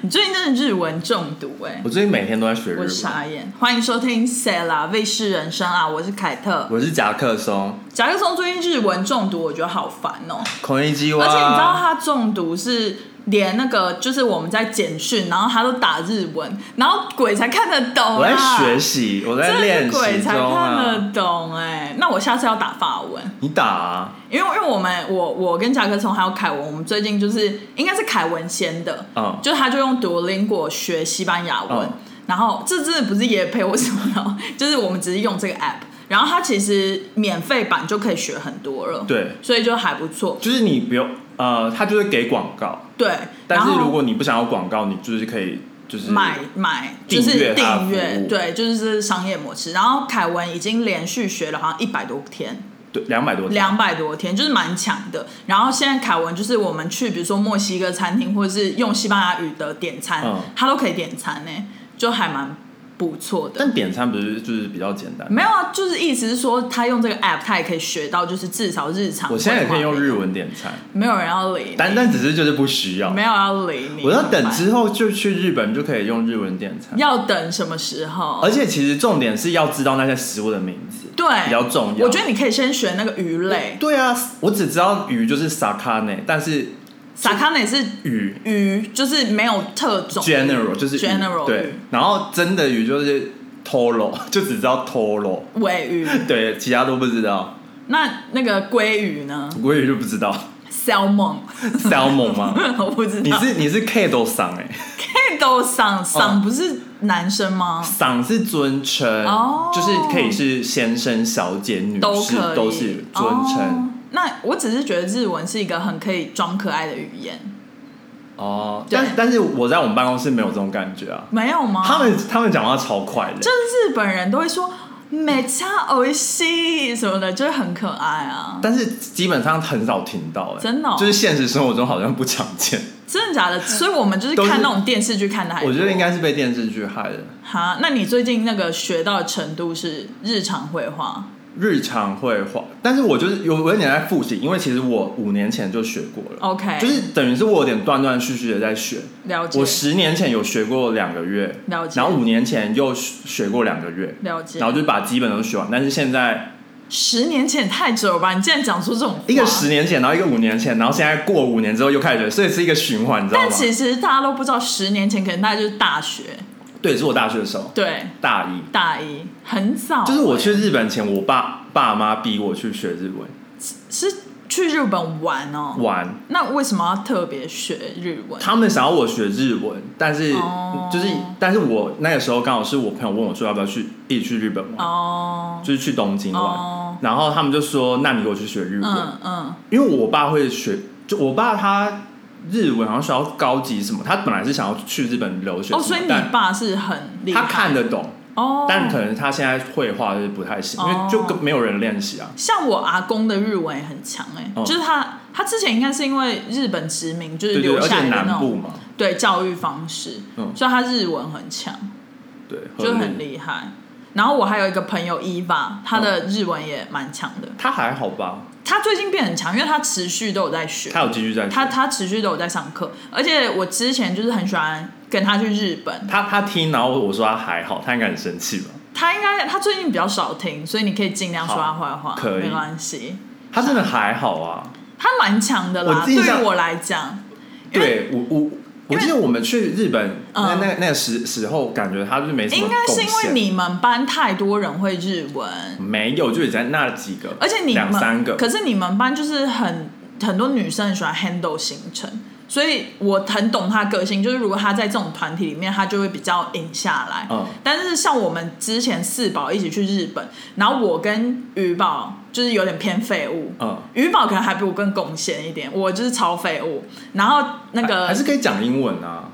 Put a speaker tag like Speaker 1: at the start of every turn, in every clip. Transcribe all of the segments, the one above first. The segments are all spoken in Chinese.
Speaker 1: 你最近真的日文中毒哎、
Speaker 2: 我最近每天都在学日
Speaker 1: 我
Speaker 2: 文。
Speaker 1: 傻眼。欢迎收听《塞啦卫视人生》啊，我是凯特。
Speaker 2: 我是夹克松，
Speaker 1: 甲克松最近日文中毒，我觉得好烦哦、
Speaker 2: 孔乙己哇！
Speaker 1: 而且你知道啊他中毒是连那个就是我们在简讯，然后他都打日文，然后鬼才看得懂、啊。
Speaker 2: 我在学习，我在
Speaker 1: 真
Speaker 2: 练
Speaker 1: 的是
Speaker 2: 习
Speaker 1: 鬼才
Speaker 2: 中
Speaker 1: 看
Speaker 2: 啊。
Speaker 1: 得懂哎、那我下次要打法文，
Speaker 2: 你打啊？
Speaker 1: 因为因为我们我我跟甲壳虫还有凯文，我们最近就是应该是凯文先的，
Speaker 2: 嗯
Speaker 1: 就是他就用 Duolingo 学西班牙文，
Speaker 2: 嗯
Speaker 1: 然后这真的不是也配我什么的， 就是我们只是用这个 app，然后它其实免费版就可以学很多了，，
Speaker 2: 对，
Speaker 1: 所以就还不错，
Speaker 2: 就是你不用呃，他就是给广告，
Speaker 1: 对。
Speaker 2: 但
Speaker 1: 然
Speaker 2: 是
Speaker 1: 后
Speaker 2: 如果你不想要广告，你就是可以就是
Speaker 1: 买买就是
Speaker 2: 订阅它的
Speaker 1: 订
Speaker 2: 服
Speaker 1: 阅
Speaker 2: 务，
Speaker 1: 对，就是这是商业模式。然后凯文已经连续学了好像一百多天，
Speaker 2: 对两百多条
Speaker 1: 两百多天，就是蛮强的。然后现在凯文就是我们去，比如说墨西哥餐厅，或者是用西班牙语的点餐，
Speaker 2: 嗯
Speaker 1: 他都可以点餐呢、就还蛮不错的。
Speaker 2: 但点餐不是就是比较简单？
Speaker 1: 没有啊，就是意思是说，他用这个 app，他也可以学到，就是至少日常。
Speaker 2: 我现在也可以用日，文点餐，
Speaker 1: 没有人要理你，
Speaker 2: 但但只是就是不需要
Speaker 1: 没。有要理你。
Speaker 2: 我要等
Speaker 1: 怎么
Speaker 2: 之后就去日本就可以用日文点餐
Speaker 1: 办，，要等什么时候？
Speaker 2: 而且其实重点是要知道那些食物的名字，
Speaker 1: 对，
Speaker 2: 比较重要。
Speaker 1: 我觉得你可以先学那个鱼类，
Speaker 2: 对啊，我只知道鱼就是 sakane，但是
Speaker 1: 撒卡内是
Speaker 2: 鱼
Speaker 1: 鱼，就是没有特种。
Speaker 2: general 就是鱼
Speaker 1: general
Speaker 2: 对
Speaker 1: 鱼，
Speaker 2: 然后真的鱼就是 toro，就只 知道 toro，
Speaker 1: 尾鱼，
Speaker 2: 对，其他都不知道，
Speaker 1: 那那个鲑鱼呢
Speaker 2: 我也就不 知道
Speaker 1: ？salmon，
Speaker 2: salmon 吗？
Speaker 1: 我不知
Speaker 2: 啊你
Speaker 1: 道。
Speaker 2: 是你是 k 都赏哎，
Speaker 1: 配斗赏赏不是男生吗？
Speaker 2: 赏是尊称，
Speaker 1: 哦
Speaker 2: 就是可以是先生、小姐、女
Speaker 1: 都
Speaker 2: 士
Speaker 1: 可以，
Speaker 2: 都是尊
Speaker 1: 哦
Speaker 2: 称。
Speaker 1: 那我只是觉得日文是一个很可以装可爱的语言，
Speaker 2: 哦。
Speaker 1: 对
Speaker 2: 但但是我在我们办公室没有这种感觉啊，
Speaker 1: 没有吗？
Speaker 2: 他们他们讲话超快的
Speaker 1: 就，是日本人都会说“美差おいしい”什么的，就是很可爱啊。
Speaker 2: 但是基本上很少听到哎，
Speaker 1: 真的哦
Speaker 2: 就是现实生活中好像不常见。
Speaker 1: 真的假 的？所以我们就是
Speaker 2: 都是
Speaker 1: 看那种电视剧看的还多，
Speaker 2: 我觉得应该是被电视剧害的。
Speaker 1: 哈。那你最近那个学到的程度是日常绘画？
Speaker 2: 日常会画，但是我就是有我有点在复习，因为其实我五年前就学过了
Speaker 1: OK
Speaker 2: 就是等于是我有点断断续续的在学。
Speaker 1: 了解
Speaker 2: 我十年前有学过两个月，
Speaker 1: 了解
Speaker 2: 然后五年前又学过两个月，
Speaker 1: 了解
Speaker 2: 然。后就把基本都学完。但是现在
Speaker 1: 十年前也太久了吧？你竟然讲出这种话
Speaker 2: 一个十年前，然后一个五年前，然后现在过五年之后又开始学，所以是一个循环，你知道
Speaker 1: 但
Speaker 2: 吗？
Speaker 1: 其实大家都不知道，十年前可能大家就是大学，
Speaker 2: 对，是我大学的时候，
Speaker 1: 对，
Speaker 2: 大一，
Speaker 1: 大一很早欸、
Speaker 2: 就是我去日本前，我爸爸妈逼我去学日文
Speaker 1: 是去日本玩哦。
Speaker 2: 玩，
Speaker 1: 那为什么要特别学日文？
Speaker 2: 他们想要我学日文，但是、
Speaker 1: 哦
Speaker 2: 就是，但是我那个时候刚好是我朋友问我说要不要去一起去日本玩，
Speaker 1: 哦，
Speaker 2: 就是去东京玩，
Speaker 1: 哦
Speaker 2: 然后他们就说那你给我去学日文，
Speaker 1: 嗯嗯，
Speaker 2: 因为我爸会学，就我爸他日文好像学到高级什么，他本来是想要去日本留学什么
Speaker 1: 哦，所以你
Speaker 2: 但
Speaker 1: 爸是很厉害，
Speaker 2: 他看得懂，
Speaker 1: 哦，
Speaker 2: 但可能他现在绘画就是不太行，因为就跟没有人练习啊。
Speaker 1: 像我阿公的日文也很强哎、
Speaker 2: 哦
Speaker 1: 就是他他之前应该是因为日本殖民就是
Speaker 2: 对对，
Speaker 1: 留
Speaker 2: 而
Speaker 1: 下
Speaker 2: 且
Speaker 1: 来的那
Speaker 2: 南部
Speaker 1: 种
Speaker 2: 嘛，
Speaker 1: 对教育方式，
Speaker 2: 嗯
Speaker 1: 所以他日文很强。
Speaker 2: 对，
Speaker 1: 就
Speaker 2: 合理嗯
Speaker 1: 很厉害。然后我还有一个朋友伊娃，她的日文也蛮强的。
Speaker 2: 他还好吧？
Speaker 1: 她最近变很强，因为她持续都有在学，
Speaker 2: 他有继续在学
Speaker 1: 她她持续都有在上课。而且我之前就是很喜欢跟她去日本，
Speaker 2: 他他听，然后我说他还好，他应该很生气吧？
Speaker 1: 她应该她最近比较少听，所以你可以尽量说她坏话，
Speaker 2: 好可以
Speaker 1: 没关系。
Speaker 2: 他真的还好啊。
Speaker 1: 她蛮强的啦，
Speaker 2: 我
Speaker 1: 对
Speaker 2: 印象
Speaker 1: 于我来讲，因
Speaker 2: 对我我我记得我们去日本那
Speaker 1: 嗯
Speaker 2: 那那个时时候，感觉他就是没什么
Speaker 1: 应该是因
Speaker 2: 贡
Speaker 1: 为
Speaker 2: 献
Speaker 1: 你们班太多人会日文，
Speaker 2: 没有，就只在那几个，
Speaker 1: 而且你
Speaker 2: 两
Speaker 1: 们
Speaker 2: 三个，
Speaker 1: 可是你们班就是很很多女生很喜欢 handle 行程，所以我很懂她的个性，就是如果她在这种团体里面，她就会比较隐下来。
Speaker 2: 嗯
Speaker 1: 但是像我们之前四宝一起去日本，然后我跟鱼宝就是有点偏废物。
Speaker 2: 嗯，
Speaker 1: 鱼宝可能还比我更贡献一点，我就是超废物。然后那个
Speaker 2: 还是可以讲英文啊，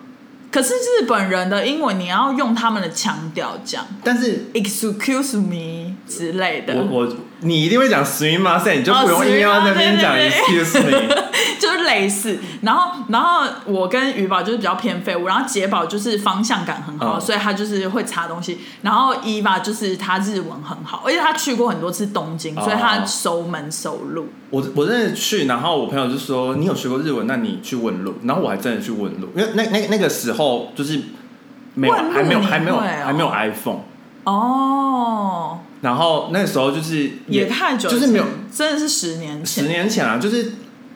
Speaker 1: 可是日本人的英文你要用他们的腔调讲
Speaker 2: 但是。
Speaker 1: ，excuse me 之类的。
Speaker 2: 我我你一定会讲 s w i m m 你就不
Speaker 1: 哦
Speaker 2: 用硬要在那边讲
Speaker 1: swimmer，对
Speaker 2: excuse me，
Speaker 1: 就是类似。然后，然后我跟鱼宝就是比较偏废物，然后杰宝就是方向感很好，
Speaker 2: 嗯
Speaker 1: 所以他就是会查东西。然后伊吧就是他日文很好，而且他去过很多次东京，所以他
Speaker 2: 哦
Speaker 1: 熟门熟路。
Speaker 2: 我我真的去，然后我朋友就说你有学过日文，那你去问路。然后我还真的去问路，因为那那那个时候就是没有
Speaker 1: 问路
Speaker 2: 还没有
Speaker 1: 你
Speaker 2: 还没有
Speaker 1: 会哦
Speaker 2: 还没有 iPhone，
Speaker 1: 哦，
Speaker 2: 然后那时候就是
Speaker 1: 也太久了，
Speaker 2: 就是没有
Speaker 1: 真的是十年
Speaker 2: 十
Speaker 1: 前。
Speaker 2: 年前啊，就是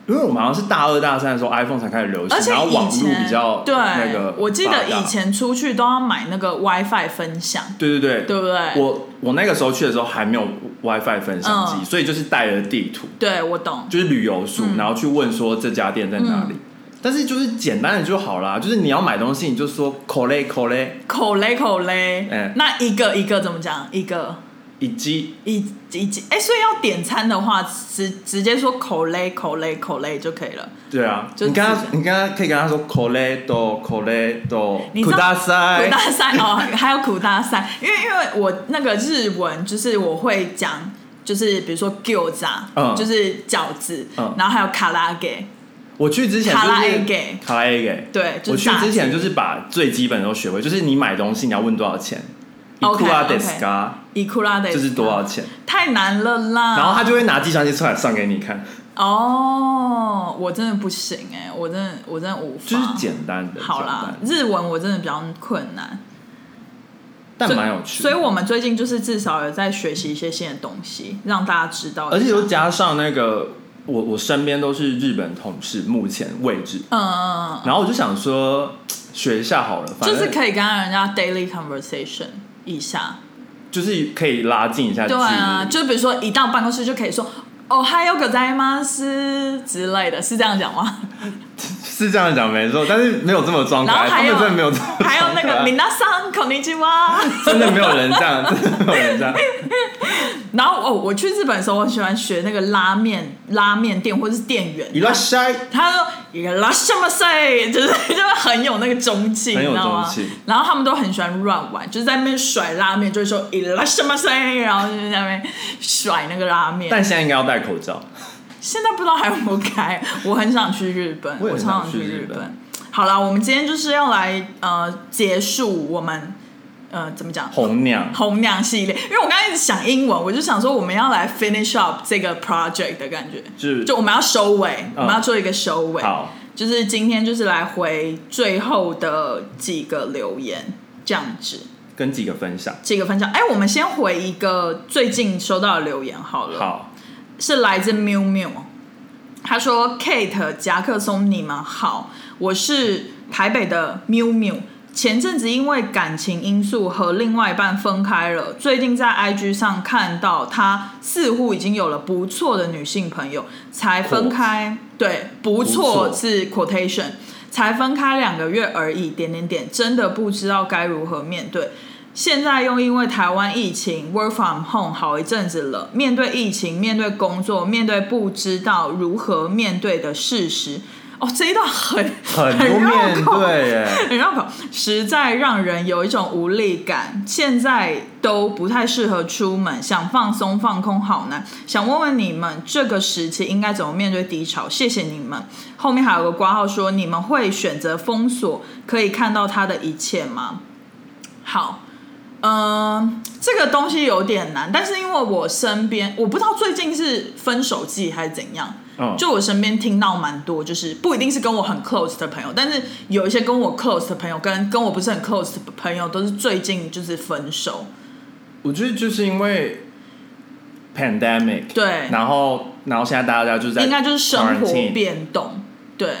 Speaker 2: 因为我们好像是大二大三的时候 iPhone 才开始流
Speaker 1: 而且
Speaker 2: 行，然后网络
Speaker 1: 以前
Speaker 2: 比较
Speaker 1: 对，
Speaker 2: 那个，
Speaker 1: 我记得以，前出去都要买那个 WiFi 分享，
Speaker 2: 对对对，
Speaker 1: 对不对？
Speaker 2: 我我那个时候去的时候还没有 WiFi 分享机，
Speaker 1: 嗯
Speaker 2: 所以就是带了地图，
Speaker 1: 对我懂，
Speaker 2: 就是旅游书，
Speaker 1: 嗯
Speaker 2: 然后去问说这家店在哪里。但是就是简单的就好啦，就是你要买东西，你就说 c o l e c o l e
Speaker 1: 口雷口雷。
Speaker 2: 嗯
Speaker 1: 那一个一个怎么讲？一个
Speaker 2: 以及
Speaker 1: 一一哎、所以要点餐的话，直直接说口雷口雷口雷就可以了。
Speaker 2: 对啊，
Speaker 1: 就
Speaker 2: 你跟他
Speaker 1: 自，
Speaker 2: 你跟他可以跟他说 c o l e do c o l e do，
Speaker 1: 你知道
Speaker 2: 大塞
Speaker 1: 苦，大赛哦，还有苦大赛，因为因为我那个日文就是我会讲，就是比如说 gyoza，、
Speaker 2: 嗯
Speaker 1: 就是饺子，
Speaker 2: 嗯
Speaker 1: 然后还有卡拉给，
Speaker 2: 我去之前就是
Speaker 1: 卡拉 A 给
Speaker 2: 卡拉 A 给，
Speaker 1: 对，就
Speaker 2: 我
Speaker 1: 是
Speaker 2: 去
Speaker 1: 炸
Speaker 2: 之
Speaker 1: 鸡
Speaker 2: 前就是把最基本的都学会，就是你买东西你要问多少钱，一
Speaker 1: OK，
Speaker 2: 库拉
Speaker 1: OK
Speaker 2: 德斯卡
Speaker 1: 伊库拉的，
Speaker 2: 就是多少钱，
Speaker 1: 太难了啦。
Speaker 2: 然后他就会拿计算器出来算给你看，
Speaker 1: 哦，我真的不行哎、我真的我真的无法。
Speaker 2: 就是简单的，
Speaker 1: 好啦
Speaker 2: 简，单
Speaker 1: 日文我真的比较困难，
Speaker 2: 但
Speaker 1: 所以
Speaker 2: 蛮有趣的。
Speaker 1: 所以我们最近就是至少有在学习一些新的东西，让大家知道一下。
Speaker 2: 而且又加上那个我我身边都是日本同事，目前位置，
Speaker 1: 嗯嗯，嗯
Speaker 2: 然后我就想说学一下好了，反
Speaker 1: 就
Speaker 2: 正
Speaker 1: 是可以跟人家 daily conversation 一下。
Speaker 2: 就是可以拉近一下距
Speaker 1: 对
Speaker 2: 离。
Speaker 1: 啊，就比如说一到办公室就可以说。哦，还有个在吗？是之类的，是这样 讲吗？
Speaker 2: 是这样讲没错，但是没有这么装可
Speaker 1: 然后
Speaker 2: 爱，他
Speaker 1: 还有
Speaker 2: 们真的没有这么装可爱，
Speaker 1: 还有 那个皆さんこんにちは。
Speaker 2: 真的没有人这样，真的没有人这样。
Speaker 1: 然后哦，我去日本的时候，我很喜欢学那个拉面拉面店或者是店员，
Speaker 2: 伊拉塞，
Speaker 1: 他说一个拉什么塞，就是就是很有那个中气，
Speaker 2: 很
Speaker 1: 你
Speaker 2: 有
Speaker 1: 知道吗
Speaker 2: 中气？
Speaker 1: 然后他们都很喜欢乱玩，就是在那边甩拉面，就是说一拉什么塞，然后就是在那边甩那个拉面。
Speaker 2: 但现在应该要戴口罩。
Speaker 1: 现在不知道还有没有开，我很想去日本，
Speaker 2: 我也
Speaker 1: 我
Speaker 2: 很
Speaker 1: 超
Speaker 2: 想
Speaker 1: 想
Speaker 2: 去
Speaker 1: 日
Speaker 2: 日本
Speaker 1: 好啦，我们今天就是要来呃结束我们呃怎么讲
Speaker 2: 红娘，
Speaker 1: 红娘系列，因为我刚刚一直想英文，我就想说我们要来 finish up 这个 project 的感觉，
Speaker 2: 就是
Speaker 1: 就我们要收尾，
Speaker 2: 嗯
Speaker 1: 我们要做一个收尾。
Speaker 2: 好，
Speaker 1: 就是今天就是来回最后的几个留言，这样子
Speaker 2: 跟几个分享。
Speaker 1: 几个分享。哎，我们先回一个最近收到的留言好了，
Speaker 2: 好，
Speaker 1: 是来自 miu miu，他说：“Kate 夹克松，你们好，我是台北的 miu miu。”前阵子因为感情因素和另外一半分开了，最近在 IG 上看到他似乎已经有了不错的女性朋友，才分开。对，不
Speaker 2: 不
Speaker 1: 错
Speaker 2: 错
Speaker 1: 是 quotation，才分开两个月而已，点点点，真的不知道该如何面对。现在又因为台湾疫情 work from home 好一阵子了，面对疫情，面对工作，面对不知道如何面对的事实，哦，这一段很
Speaker 2: 很多
Speaker 1: 绕
Speaker 2: 面
Speaker 1: 口
Speaker 2: 对耶，
Speaker 1: 很绕口，实在让人有一种无力感。现在都不太适合出门，想放松放空好难。想问问你们，这个时期应该怎么面对低潮？谢谢你们。后面还有个挂号说，你们会选择封锁可以看到他的一切吗？好。嗯，这个东西有点难，但是因为我身边，我不知道最近是分手季还是怎样，
Speaker 2: 嗯，
Speaker 1: 就我身边听到蛮多，就是不一定是跟我很 close 的朋友，但是有一些跟我 close 的朋友，跟跟我不是很 close 的朋友，都是最近就是分手。
Speaker 2: 我觉得就是因为 pandemic，
Speaker 1: 对
Speaker 2: 然后然后现在大家就是在
Speaker 1: 应该就是生活
Speaker 2: quarantine
Speaker 1: 变动，对，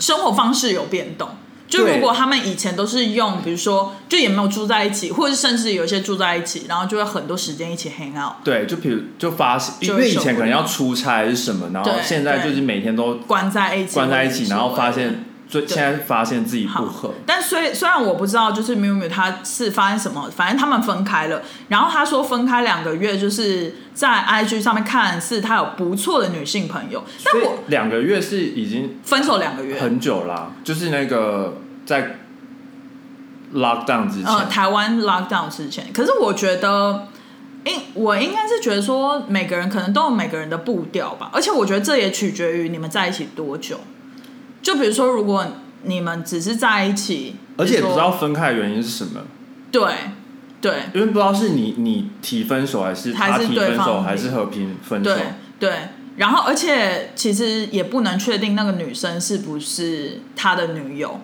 Speaker 1: 生活方式有变动。就
Speaker 2: 对
Speaker 1: 如果他们以前都是用，比如说，就也没有住在一起，或者甚至有一些住在一起，然后就会很多时间一起 hang out，
Speaker 2: 对，就比如就发现，
Speaker 1: 就
Speaker 2: 因
Speaker 1: 会
Speaker 2: 为以前
Speaker 1: 受不
Speaker 2: 可能
Speaker 1: 了
Speaker 2: 要出差还是什么，然后
Speaker 1: 对
Speaker 2: 现在就是每天都
Speaker 1: 关在一起，
Speaker 2: 关在一
Speaker 1: 或者
Speaker 2: 起，
Speaker 1: 是
Speaker 2: 然后发
Speaker 1: 什么
Speaker 2: 现最现在发现自己
Speaker 1: 好
Speaker 2: 不合，
Speaker 1: 但虽虽然我不知道，就是 miu miu 他是发生什么，反正他们分开了。然后他说分开两个月，就是在 IG 上面看似他有不错的女性朋友，但
Speaker 2: 所以
Speaker 1: 我
Speaker 2: 两个月是已经
Speaker 1: 分手两个月，
Speaker 2: 很久啦、就是那个在 lockdown 之前，
Speaker 1: 呃，台湾 lockdown 之前，可是我觉得。应我应该是觉得说，每个人可能都有每个人的步调吧，而且我觉得这也取决于你们在一起多久。就比如说，如果你们只是在一起，
Speaker 2: 而且也
Speaker 1: 比
Speaker 2: 不
Speaker 1: 如
Speaker 2: 知
Speaker 1: 说
Speaker 2: 道分开的原因是什么，
Speaker 1: 对对
Speaker 2: 因为不知道是你你提分手还是他
Speaker 1: 还是
Speaker 2: 提
Speaker 1: 对
Speaker 2: 分手
Speaker 1: 方
Speaker 2: 还是和平分手
Speaker 1: 对，对，然后而且其实也不能确定那个女生是不是他的女友，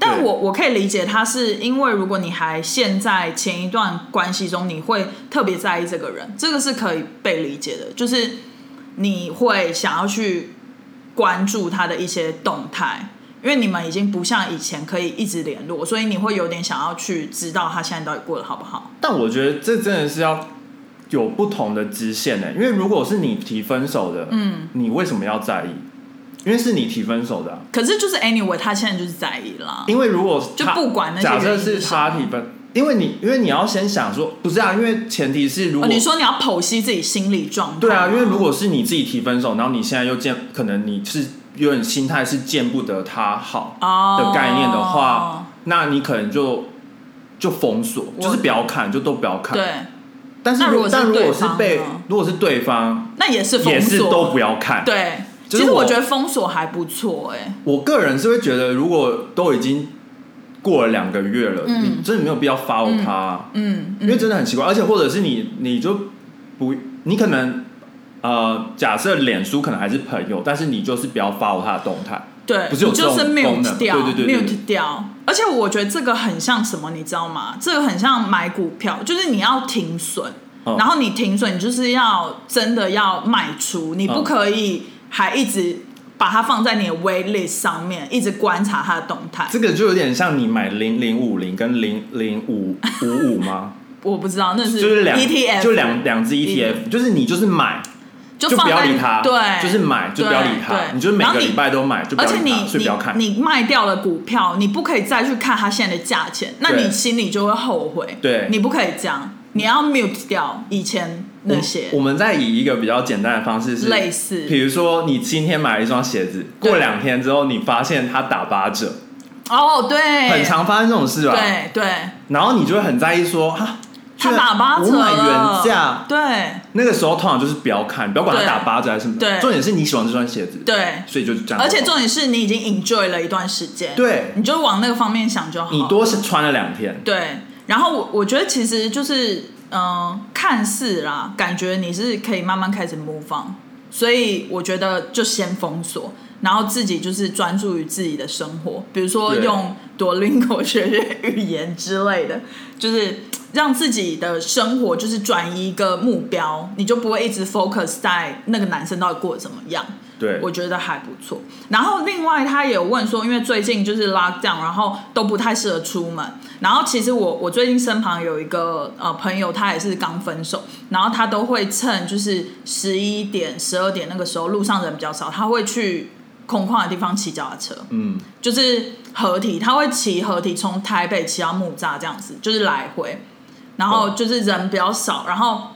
Speaker 1: 但
Speaker 2: 对
Speaker 1: 我我可以理解他是因为如果你还陷在前一段关系中，你会特别在意这个人，这个是可以被理解的，就是你会想要去关注他的一些动态。因为你们已经不像以前可以一直联络，所以你会有点想要去知道他现在到底过得好不好。
Speaker 2: 但我觉得这真的是要有不同的支线欸呢、因为如果是你提分手的，嗯，你为什么要在意？因为是你提分手的啊、
Speaker 1: 可是就是 anyway，他现在就是在意啦。
Speaker 2: 因为如果
Speaker 1: 就
Speaker 2: 他
Speaker 1: 不管那些
Speaker 2: 假设
Speaker 1: 原因
Speaker 2: 是
Speaker 1: 是
Speaker 2: 他
Speaker 1: 什么
Speaker 2: 提分，因为你因为你要先想说，不是啊，因为前提是如
Speaker 1: 哦，
Speaker 2: 果、
Speaker 1: 你说你要剖析自己心理状态吗。
Speaker 2: 对啊，因为如果是你自己提分手，然后你现在又见，可能你是有点心态是见不得他好
Speaker 1: 哦
Speaker 2: 的概念的话，那你可能就就封锁，
Speaker 1: 我
Speaker 2: 就是不要看，就都不要看。
Speaker 1: 对，
Speaker 2: 但是
Speaker 1: 那如果是
Speaker 2: 但如果
Speaker 1: 对
Speaker 2: 是
Speaker 1: 方
Speaker 2: 被
Speaker 1: 呢
Speaker 2: 如果是对方，
Speaker 1: 那也是封锁，
Speaker 2: 也是都不要看。
Speaker 1: 对。
Speaker 2: 就
Speaker 1: 其
Speaker 2: 是
Speaker 1: 实
Speaker 2: 我
Speaker 1: 我觉得封锁还不错哎、
Speaker 2: 我个人是会觉得，如果都已经过了两个月了，
Speaker 1: 嗯
Speaker 2: 你真的没有必要 follow 他啊、
Speaker 1: 嗯，
Speaker 2: 因为
Speaker 1: 嗯
Speaker 2: 真的很奇怪，而且或者是你你就不你可能呃，假设脸书可能还是朋友，但是你就是不要 follow 他的动态，
Speaker 1: 对，
Speaker 2: 不是有
Speaker 1: 你
Speaker 2: 这
Speaker 1: 就
Speaker 2: 种
Speaker 1: 是
Speaker 2: 功能
Speaker 1: mute 掉
Speaker 2: 对对对对对
Speaker 1: mute 掉。而且我觉得这个很像什么，你知道吗？这个很像买股票，就是你要停损，
Speaker 2: 嗯
Speaker 1: 然后你停损，你就是要真的要卖出，你不
Speaker 2: 嗯
Speaker 1: 可以还一直把它放在你的 wait list 上面，一直观察它的动态。
Speaker 2: 这个就有点像你买零零五零跟零零五五五吗？
Speaker 1: 我不知道，那是 E
Speaker 2: 就是两
Speaker 1: ETF，
Speaker 2: 就两两只
Speaker 1: 嗯
Speaker 2: ETF，就是你就是买。
Speaker 1: 就
Speaker 2: 不
Speaker 1: 放
Speaker 2: 要
Speaker 1: 在
Speaker 2: 理它，
Speaker 1: 对，
Speaker 2: 就是买就不要理它，
Speaker 1: 对
Speaker 2: 你就是每个礼。拜都买，就不
Speaker 1: 然
Speaker 2: 要
Speaker 1: 后
Speaker 2: 理
Speaker 1: 你
Speaker 2: 它，
Speaker 1: 而
Speaker 2: 所以
Speaker 1: 且你
Speaker 2: 不要看。
Speaker 1: 你你卖掉了股票，你不可以再去看它现在的价钱，那
Speaker 2: 对
Speaker 1: 你心里就会后悔。
Speaker 2: 对
Speaker 1: 你不可以这样，你要 mute 掉以前那些
Speaker 2: 我。我们再以一个比较简单的方式是
Speaker 1: 类似
Speaker 2: 比如说你今天买了一双鞋子，
Speaker 1: 对
Speaker 2: 过两天之后你发现它打八折，
Speaker 1: 哦，对，
Speaker 2: 很常发生这种事吧？
Speaker 1: 对对，
Speaker 2: 然后你就会很在意说哈，
Speaker 1: 它打八折
Speaker 2: 我买
Speaker 1: 了
Speaker 2: 原价，
Speaker 1: 对
Speaker 2: 那个时候通常就是不要看，不要管它
Speaker 1: 对
Speaker 2: 打八折还是什么，
Speaker 1: 对
Speaker 2: 重点是你喜欢这双鞋子，，
Speaker 1: 对，
Speaker 2: 所以就这样。
Speaker 1: 而且重点是你已经 enjoy 了一段时间，
Speaker 2: 对
Speaker 1: 你就往那个方面想就好。
Speaker 2: 你多是穿了两天，
Speaker 1: 对，然后我我觉得其实就是，嗯、看似啦，感觉你是可以慢慢开始 move on，所以我觉得就先封锁，然后自己就是专注于自己的生活，比如说
Speaker 2: 对
Speaker 1: 用 Duolingo 学学语言之类的，就是让自己的生活就是转移一个目标，你就不会一直 focus 在那个男生到底过得怎么样。
Speaker 2: 对，
Speaker 1: 我觉得还不错。然后另外他也有问说，因为最近就是 lockdown，然后都不太适合出门。然后其实我我最近身旁有一个呃朋友，他也是刚分手，然后他都会趁就是十一点、十二点那个时候路上人比较少，他会去空旷的地方骑脚踏车，
Speaker 2: 嗯，
Speaker 1: 就是合体，他会骑合体从台北骑到木栅这样子，就是来回，然后就是人比较少，然后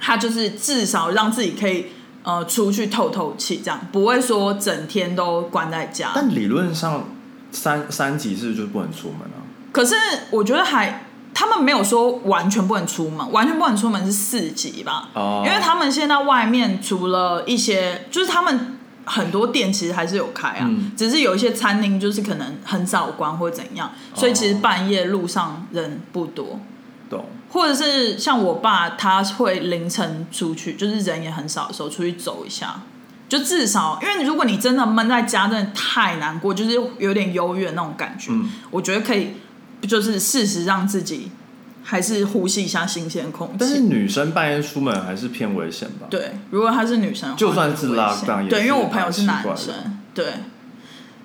Speaker 1: 他就是至少让自己可以呃出去透透气，这样不会说整天都关在家。
Speaker 2: 但理论上三三级是不是就不能出门啊？
Speaker 1: 可是我觉得还他们没有说完全不能出门，完全不能出门是四级吧，
Speaker 2: 哦
Speaker 1: 因为他们现在外面除了一些，就是他们很多店其实还是有开啊，
Speaker 2: 嗯
Speaker 1: 只是有一些餐厅就是可能很早关或怎样，所以其实
Speaker 2: 哦
Speaker 1: 半夜路上人不多。
Speaker 2: 懂。
Speaker 1: 或者是像我爸，他会凌晨出去，就是人也很少的时候出去走一下，就至少，因为如果你真的闷在家，真的太难过，就是有点忧郁的那种感觉。
Speaker 2: 嗯
Speaker 1: 我觉得可以，就是适时让自己还是呼吸一下新鲜空
Speaker 2: 但是
Speaker 1: 气。
Speaker 2: 女生半夜出门还是偏危险吧？，
Speaker 1: 对，如果他是女生的话，
Speaker 2: 就算是
Speaker 1: 很危险
Speaker 2: lockdown 也
Speaker 1: 对，因为
Speaker 2: 是
Speaker 1: 我朋友是
Speaker 2: 蛮
Speaker 1: 男
Speaker 2: 奇怪的
Speaker 1: 生，对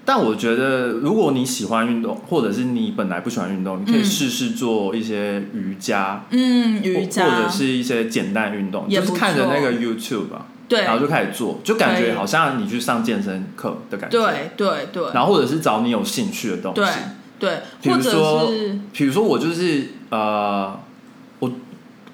Speaker 2: 但我觉得如果你喜欢运动，或者是你本来不喜欢运动，你可以
Speaker 1: 嗯
Speaker 2: 试试做一些瑜伽，
Speaker 1: 嗯，
Speaker 2: 或
Speaker 1: 瑜伽
Speaker 2: 或者是一些简单运动，
Speaker 1: 也
Speaker 2: 就
Speaker 1: 不
Speaker 2: 是
Speaker 1: 错
Speaker 2: 看着那个 YouTube 吧，
Speaker 1: 对
Speaker 2: 然后就开始做，就感
Speaker 1: 可
Speaker 2: 觉
Speaker 1: 以
Speaker 2: 好像你去上健身课的感觉。，
Speaker 1: 对对对
Speaker 2: 然后或者是找你有兴趣的东
Speaker 1: 对
Speaker 2: 西，
Speaker 1: 对，
Speaker 2: 比
Speaker 1: 或
Speaker 2: 如说
Speaker 1: 者是，
Speaker 2: 比如说我就是呃，我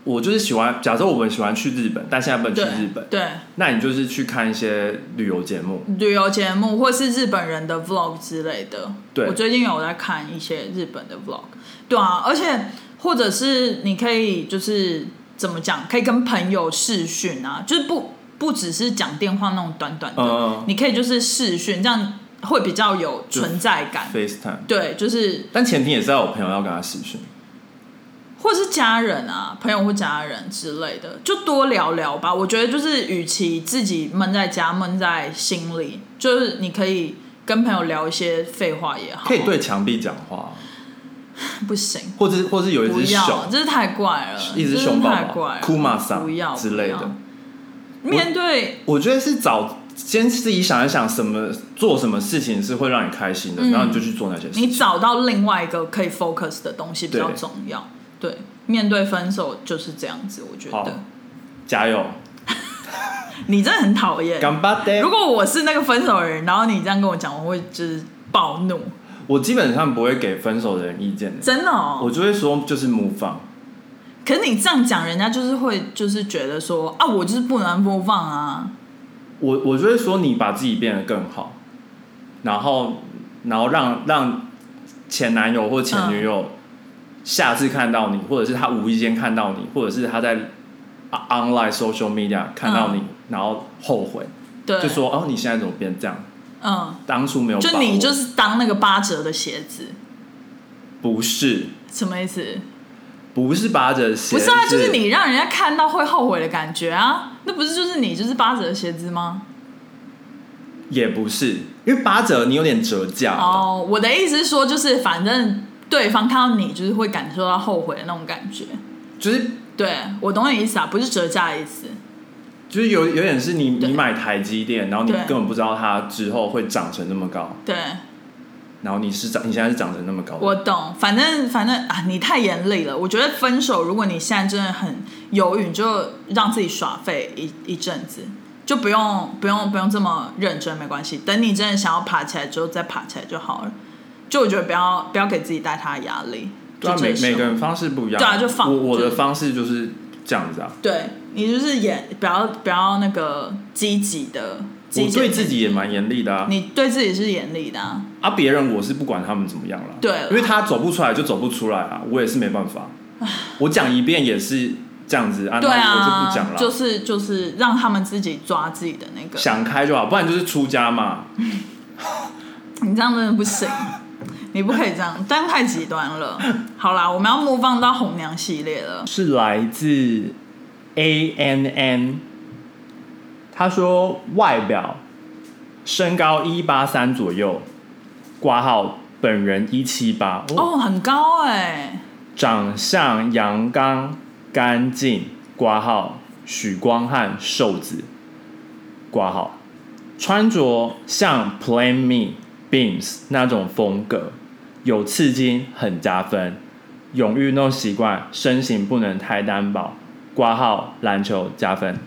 Speaker 2: 我就是喜欢，假设我们喜欢去日本，但现在不能去
Speaker 1: 对
Speaker 2: 日本，
Speaker 1: 对。
Speaker 2: 那你就是去看一些旅游节目，
Speaker 1: 旅游节目或是日本人的 vlog 之类的。
Speaker 2: 对
Speaker 1: 我最近有在看一些日本的 vlog。对啊，而且或者是你可以就是怎么讲，可以跟朋友视讯啊，就是不不只是讲电话那种短短的，
Speaker 2: 嗯
Speaker 1: 你可以就是视讯，这样会比较有存在感。
Speaker 2: FaceTime，
Speaker 1: 对，就是
Speaker 2: 但前提也是要有朋友要跟他视讯。
Speaker 1: 或是家人啊，朋友或家人之类的，就多聊聊吧。我觉得就是，与其自己闷在家、闷在心里，就是你可以跟朋友聊一些废话也好。
Speaker 2: 可以对墙壁讲话，
Speaker 1: 不行，
Speaker 2: 或者或者有一
Speaker 1: 不
Speaker 2: 只
Speaker 1: 要，
Speaker 2: 熊，
Speaker 1: 这是太怪了，
Speaker 2: 一只
Speaker 1: 这是
Speaker 2: 熊
Speaker 1: 太
Speaker 2: 宝
Speaker 1: 怪
Speaker 2: 宝，
Speaker 1: 了，
Speaker 2: 库玛桑
Speaker 1: 不要
Speaker 2: 之类。
Speaker 1: 不
Speaker 2: 的
Speaker 1: 要。面对
Speaker 2: 我觉得是找先自己想一想，什么做什么事情是会让你开心的，
Speaker 1: 嗯
Speaker 2: 然后你就去做那些事
Speaker 1: 你
Speaker 2: 情。
Speaker 1: 找到另外一个可以 focus 的东西比较
Speaker 2: 对
Speaker 1: 重要。对，面对分手就是这样子，我觉
Speaker 2: 好
Speaker 1: 得
Speaker 2: 加油，
Speaker 1: 你真的很讨厌。
Speaker 2: 干巴爹
Speaker 1: 如！果我是那个分手的人，然后你这样跟我讲，我会就是暴怒，
Speaker 2: 我基本上不会给分手的人意见的，
Speaker 1: 真的哦
Speaker 2: 我。就会说就是 move on。
Speaker 1: 可是你这样讲，人家就是会就是觉得说啊，我就是不能播放啊。
Speaker 2: 我我就会说你把自己变得更好，然后然后让让前男友或
Speaker 1: 嗯
Speaker 2: 前女友下次看到你，或者是他无意间看到你，或者是他在啊 online social media 看到你，然后后悔，
Speaker 1: 嗯对，
Speaker 2: 就说哦你现在怎么变这样？
Speaker 1: 嗯，
Speaker 2: 当初没有把
Speaker 1: 就
Speaker 2: 握
Speaker 1: 你就是当那个八折的鞋子，
Speaker 2: 不是
Speaker 1: 什么意思？
Speaker 2: 不是八折鞋，
Speaker 1: 不是啊，就是你让人家看到会后悔的感觉啊，那不是就是你就是八折的鞋子吗？
Speaker 2: 也不是，因为八折你有点折价嘛
Speaker 1: 哦，我的意思是说，就是反正对方看到你，就是会感受到后悔的那种感觉。
Speaker 2: 就是
Speaker 1: 对我懂你意思啊，不是折价的意思。
Speaker 2: 就是有有点是你
Speaker 1: 对
Speaker 2: 你买台积电，然后你
Speaker 1: 对
Speaker 2: 根本不知道它之后会长成那么高。
Speaker 1: 对
Speaker 2: 然后你是长，你现在是长成那么高的，
Speaker 1: 我懂，反正反正啊，你太严厉了。我觉得分手，如果你现在真的很犹豫，你就让自己耍废一一阵子，就不用不用不用这么认真，没关系。等你真的想要爬起来之后再爬起来就好了。就我觉得不要不要给自己带太大压力。
Speaker 2: 对啊，
Speaker 1: 就
Speaker 2: 每
Speaker 1: 这时候
Speaker 2: 每个人方式不一样，
Speaker 1: 对啊就放
Speaker 2: 我我
Speaker 1: 就
Speaker 2: 的方式就是这样子啊，
Speaker 1: 对你就是也不要不要那个积极的，积
Speaker 2: 我
Speaker 1: 极的
Speaker 2: 对自己也蛮严厉的啊，
Speaker 1: 你对自己是严厉的、啊，
Speaker 2: 啊，别人我是不管他们怎么样了，
Speaker 1: 对啦
Speaker 2: 因为他走不出来就走不出来啊，我也是没办法，我讲一遍也是这样子啊，
Speaker 1: 对
Speaker 2: 那我就
Speaker 1: 啊
Speaker 2: 不讲，了，
Speaker 1: 是就是让他们自己抓自己的那个，
Speaker 2: 想开就好，不然就是出家嘛，
Speaker 1: 你这样真的不行，你不可以这样，但太极端了。好啦，我们要 move on 到红娘系列了，
Speaker 2: 是来自 A N N，他说外表身高一八三左右，挂号本人一七八，
Speaker 1: 哦，很高哎、
Speaker 2: 长相阳刚干净，挂号许光汉瘦子，挂号穿着像 Plan Me Beams 那种风格，有刺激很加分。有运动习惯，身形不能太单薄，挂号篮球加分。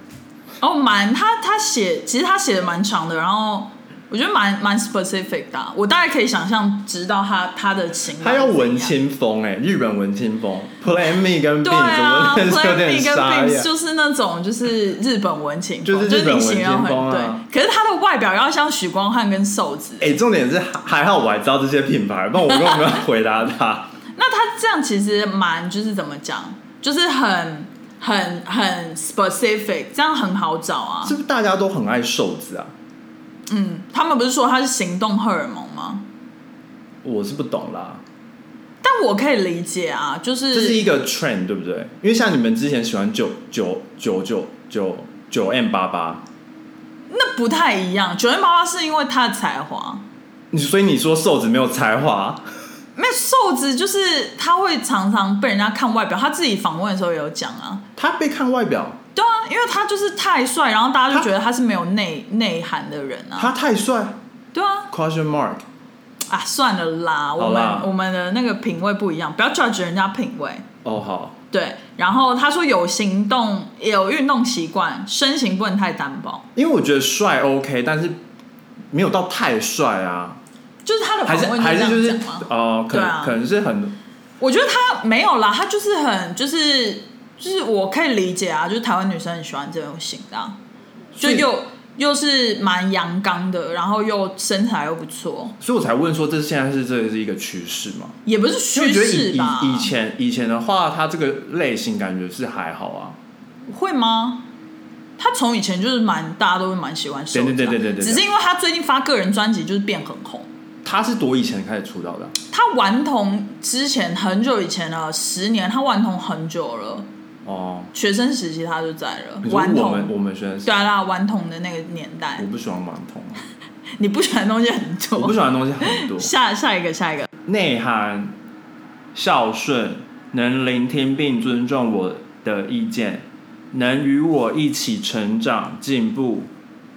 Speaker 1: 哦，蛮他他写，其实他写的蛮长的，然后我觉得蛮蛮 specific 的啊、我大概可以想象知道他他的情况
Speaker 2: 他
Speaker 1: 是
Speaker 2: 要
Speaker 1: 怎样，
Speaker 2: 文青风哎、日本文青风，Plan Me 跟 Beams，、
Speaker 1: 对啊
Speaker 2: 我真的是有
Speaker 1: ，Plan
Speaker 2: 点
Speaker 1: B 跟
Speaker 2: 傻
Speaker 1: Pins
Speaker 2: 眼。
Speaker 1: 就是那种就是日本文情风，
Speaker 2: 就是日本
Speaker 1: 你形容
Speaker 2: 文青
Speaker 1: 很
Speaker 2: 风
Speaker 1: 对
Speaker 2: 啊。
Speaker 1: 可是他的外表要像许光汉跟瘦子，
Speaker 2: 哎、重点是还好我还知道这些品牌，不然我根本没有回答他。
Speaker 1: 那他这样其实蛮就是怎么讲，就是很很很 specific，这样很好找啊
Speaker 2: 是。不是大家都很爱瘦子啊？
Speaker 1: 嗯，他们不是说他是行动荷尔蒙吗？
Speaker 2: 我是不懂啦，
Speaker 1: 但我可以理解啊，就
Speaker 2: 这是
Speaker 1: 是
Speaker 2: 一个 trend 对不对？因为像你们之前喜欢九九九九九九 M 八八，
Speaker 1: 那不太一样。九零八八是因为他的才华，
Speaker 2: 你所以你说瘦子没有才华，
Speaker 1: 没有瘦子就是他会常常被人家看外表，他自己访问的时候也有讲啊，
Speaker 2: 他被看外表，
Speaker 1: 对啊，因为他就是太帅，然后大家就觉得他是没有内内涵的人啊。
Speaker 2: 他太帅
Speaker 1: 对啊，
Speaker 2: ，question mark。
Speaker 1: 啊，算了啦，我
Speaker 2: 好啦
Speaker 1: 们我们的那个品味不一样，不要 judge 人家品味。
Speaker 2: 哦，好，
Speaker 1: 对，然后他说有行动，有运动习惯，身形不能太单薄，
Speaker 2: 因为我觉得帅 OK，但是没有到太帅啊，
Speaker 1: 就是他的
Speaker 2: 还是
Speaker 1: 访问
Speaker 2: 还
Speaker 1: 这
Speaker 2: 是就
Speaker 1: 样
Speaker 2: 是
Speaker 1: 讲吗？
Speaker 2: 哦，可
Speaker 1: 对
Speaker 2: 能、
Speaker 1: 啊
Speaker 2: 可能是很
Speaker 1: 我觉得他没有啦，他就是很就是就是我可以理解啊，就是台湾女生很喜欢这种型的啊、就
Speaker 2: 所以
Speaker 1: 又又是蛮阳刚的，然后又身材又不错。
Speaker 2: 所以我才问说，这现在是这是一个趋势嘛？
Speaker 1: 也不是
Speaker 2: 因为
Speaker 1: 趋
Speaker 2: 我觉得以
Speaker 1: 势吧？
Speaker 2: 以以前以前的话，它这个类型感觉是还好啊，
Speaker 1: 会吗？他从以前就是蛮大家都会蛮喜欢收
Speaker 2: 对对对
Speaker 1: 藏
Speaker 2: 对对对对
Speaker 1: 只是因为他最近发个人专辑就是变很红。
Speaker 2: 他是多以前开始出道的啊？
Speaker 1: 他顽童之前很久以前了，十年，他顽童很久了，
Speaker 2: 哦，
Speaker 1: 学生时期他就在了
Speaker 2: 你说
Speaker 1: 顽
Speaker 2: 我们我
Speaker 1: 童。
Speaker 2: 们学生是，
Speaker 1: 对啊啦，顽童的那个年代
Speaker 2: 我，不喜欢顽童啊，
Speaker 1: 你不喜欢的东西很
Speaker 2: 我 不
Speaker 1: 多。
Speaker 2: 喜欢的东西很多，
Speaker 1: 下下一个，下一个，
Speaker 2: 内涵、孝顺，能聆听并尊重我的意见，能与我一起成长进步，